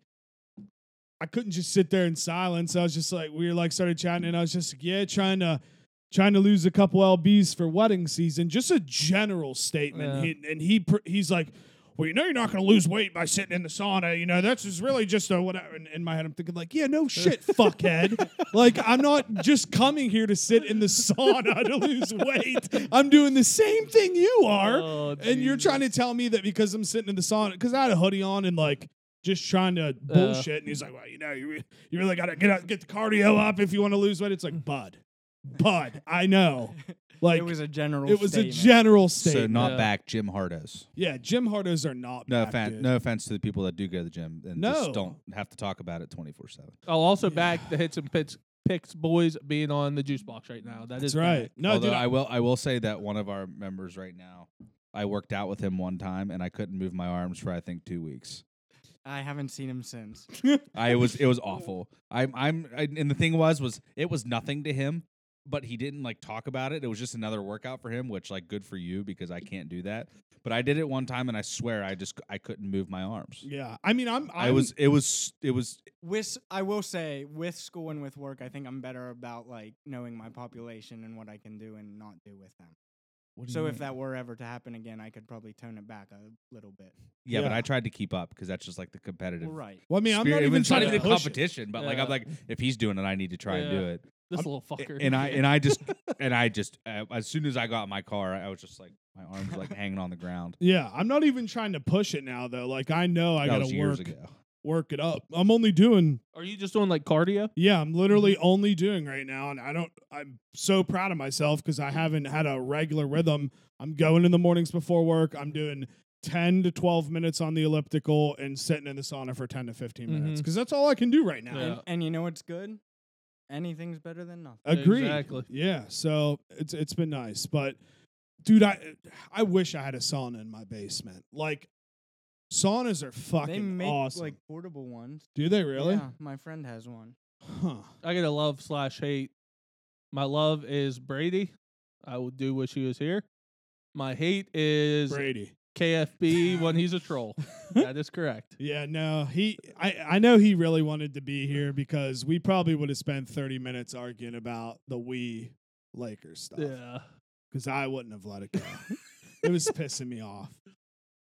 S1: I couldn't just sit there in silence. I was just like, we were like started chatting, and I was just like, yeah, trying to trying to lose a couple lbs for wedding season. Just a general statement,
S2: Yeah.
S1: He- and he pr- he's like. Well, you know you're not going to lose weight by sitting in the sauna. You know that's just really just a whatever. In, in my head, I'm thinking like, yeah, no shit, fuckhead. like I'm not just coming here to sit in the sauna to lose weight. I'm doing the same thing you are.
S2: Oh,
S1: And you're trying to
S2: Jesus.
S1: tell me that because I'm sitting in the sauna, because I had a hoodie on and like just trying
S4: Uh.
S1: to bullshit. and he's like, well, you know, you, re- you really got to get out, get the cardio up if you want to lose weight. It's like, bud, bud, I know. Like,
S4: it was a general.
S1: it was a
S4: statement.
S1: general
S3: So
S1: statement.
S3: not
S2: Yeah.
S3: back Jim Hardos.
S1: yeah, Jim Hardos are not.
S3: No
S1: bad,
S3: offense.
S1: dude.
S3: No offense to the people that do go to the gym and
S1: No.
S3: just don't have to talk about it twenty four seven.
S2: Oh, also back the hits and picks, picks boys being on the juice box right now. That
S1: That's
S2: is
S1: right.
S2: back.
S1: No,
S3: Although
S1: dude,
S3: I will, I will say that one of our members right now, I worked out with him one time and I couldn't move my arms for I think two weeks.
S4: I haven't seen him since.
S3: I was, it was awful. I'm, I'm, I, and the thing was, was it was nothing to him, but he didn't like talk about it. It was just another workout for him, which like good for you because I can't do that. But I did it one time and I swear I just, I couldn't move my arms.
S1: yeah. I mean, I'm, I'm
S3: I was, it was, it was
S4: With s- I will say, with school and with work, I think I'm better about like knowing my population and what I can do and not do with them. So if that were ever to happen again, I could probably tone it back a little bit.
S3: Yeah, but
S1: Yeah.
S3: I tried to keep up because that's just like the competitive.
S4: Well, right.
S1: Well, I mean, I'm
S3: spirit.
S1: not even
S3: it's not
S1: trying
S3: even
S1: to
S3: a
S1: push it.
S3: competition, but like
S2: Yeah.
S3: I'm like, if he's doing it, I need to try and do
S2: Yeah.
S3: it.
S2: This
S3: I'm-
S2: little fucker.
S3: And I and I just and I just uh, as soon as I got in my car, I was just like my arms were, like hanging on the ground.
S1: Yeah, I'm not even trying to push it now though. Like I know I
S3: that
S1: got
S3: was
S1: to
S3: years
S1: work
S3: ago.
S1: work it up. I'm only doing
S2: Are you just doing like cardio?
S1: Yeah, I'm literally
S4: Mm-hmm.
S1: only doing right now, and I don't. I'm so proud of myself because I haven't had a regular rhythm. I'm going in the mornings before work. I'm doing ten to twelve minutes on the elliptical and sitting in the sauna for ten to 15 minutes
S4: Mm-hmm.
S2: Mhm.
S1: because that's all I can do right now.
S2: Yeah.
S4: And, and you know what's good? Anything's better than nothing.
S1: Agreed.
S2: Exactly.
S1: Yeah. So it's it's been nice, but dude, I I wish I had a sauna in my basement. Like saunas are fucking
S4: they make
S1: awesome.
S4: like portable ones.
S1: do they really?
S4: Yeah, my friend has one.
S1: Huh.
S2: I got a love slash hate. My love is Brady. I would do wish he was here. My hate is
S1: Brady.
S2: KFB when he's a troll. that is correct.
S1: Yeah, no, he. I I know he really wanted to be here because we probably would have spent thirty minutes arguing about the we Lakers stuff.
S2: Yeah.
S1: because I wouldn't have let it go. it was pissing me off.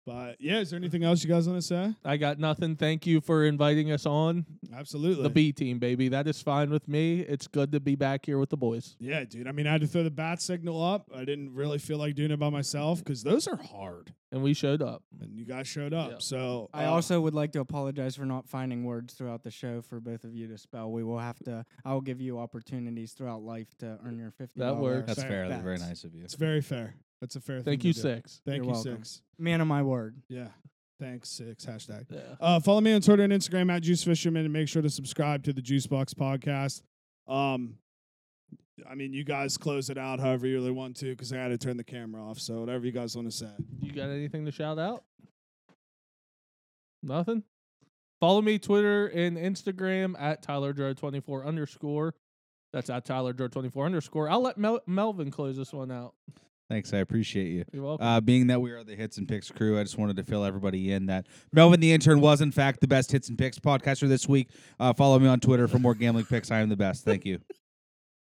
S1: But yeah, is there anything else you guys want to say?
S2: I got nothing. Thank you for inviting us on
S1: Absolutely.
S2: the B team, baby. That is fine with me. It's good to be back here with the boys.
S1: yeah, dude. I mean, I had to throw the bat signal up. I didn't really feel like doing it by myself because those are hard,
S2: And we showed up.
S1: and you guys showed up.
S2: Yep.
S1: So
S4: I
S1: uh,
S4: also would like to apologize for not finding words throughout the show for both of you to spell. We will have to. I will give you opportunities throughout life to earn your fifty.
S2: works.
S3: That's
S1: Fair
S3: fair. That's very
S4: facts.
S3: nice of you.
S1: it's very fair. That's a fair.
S2: Thank
S1: thing
S2: you,
S1: to do.
S2: Six.
S1: Thank
S4: You're
S1: you,
S4: welcome.
S1: six.
S4: Man of my word.
S1: Yeah. Thanks, six. Hashtag.
S2: Yeah.
S1: Uh, follow me on Twitter and Instagram at Juice Fisherman, and make sure to subscribe to the Juice Box Podcast. Um, I mean, you guys close it out however you really want to, because I had to turn the camera off. So whatever you guys want to say.
S2: You got anything to shout out? Nothing? Follow me Twitter and Instagram at TylerDro24 underscore. That's at TylerDro24 underscore. I'll let Mel- Melvin close this one out.
S3: Thanks, I appreciate you.
S2: You're welcome.
S3: Uh, being that we are the Hits and Picks crew, I just wanted to fill everybody in that Melvin the intern was, in fact, the best Hits and Picks podcaster this week. Uh, follow me on Twitter for more gambling picks. I am the best. Thank you.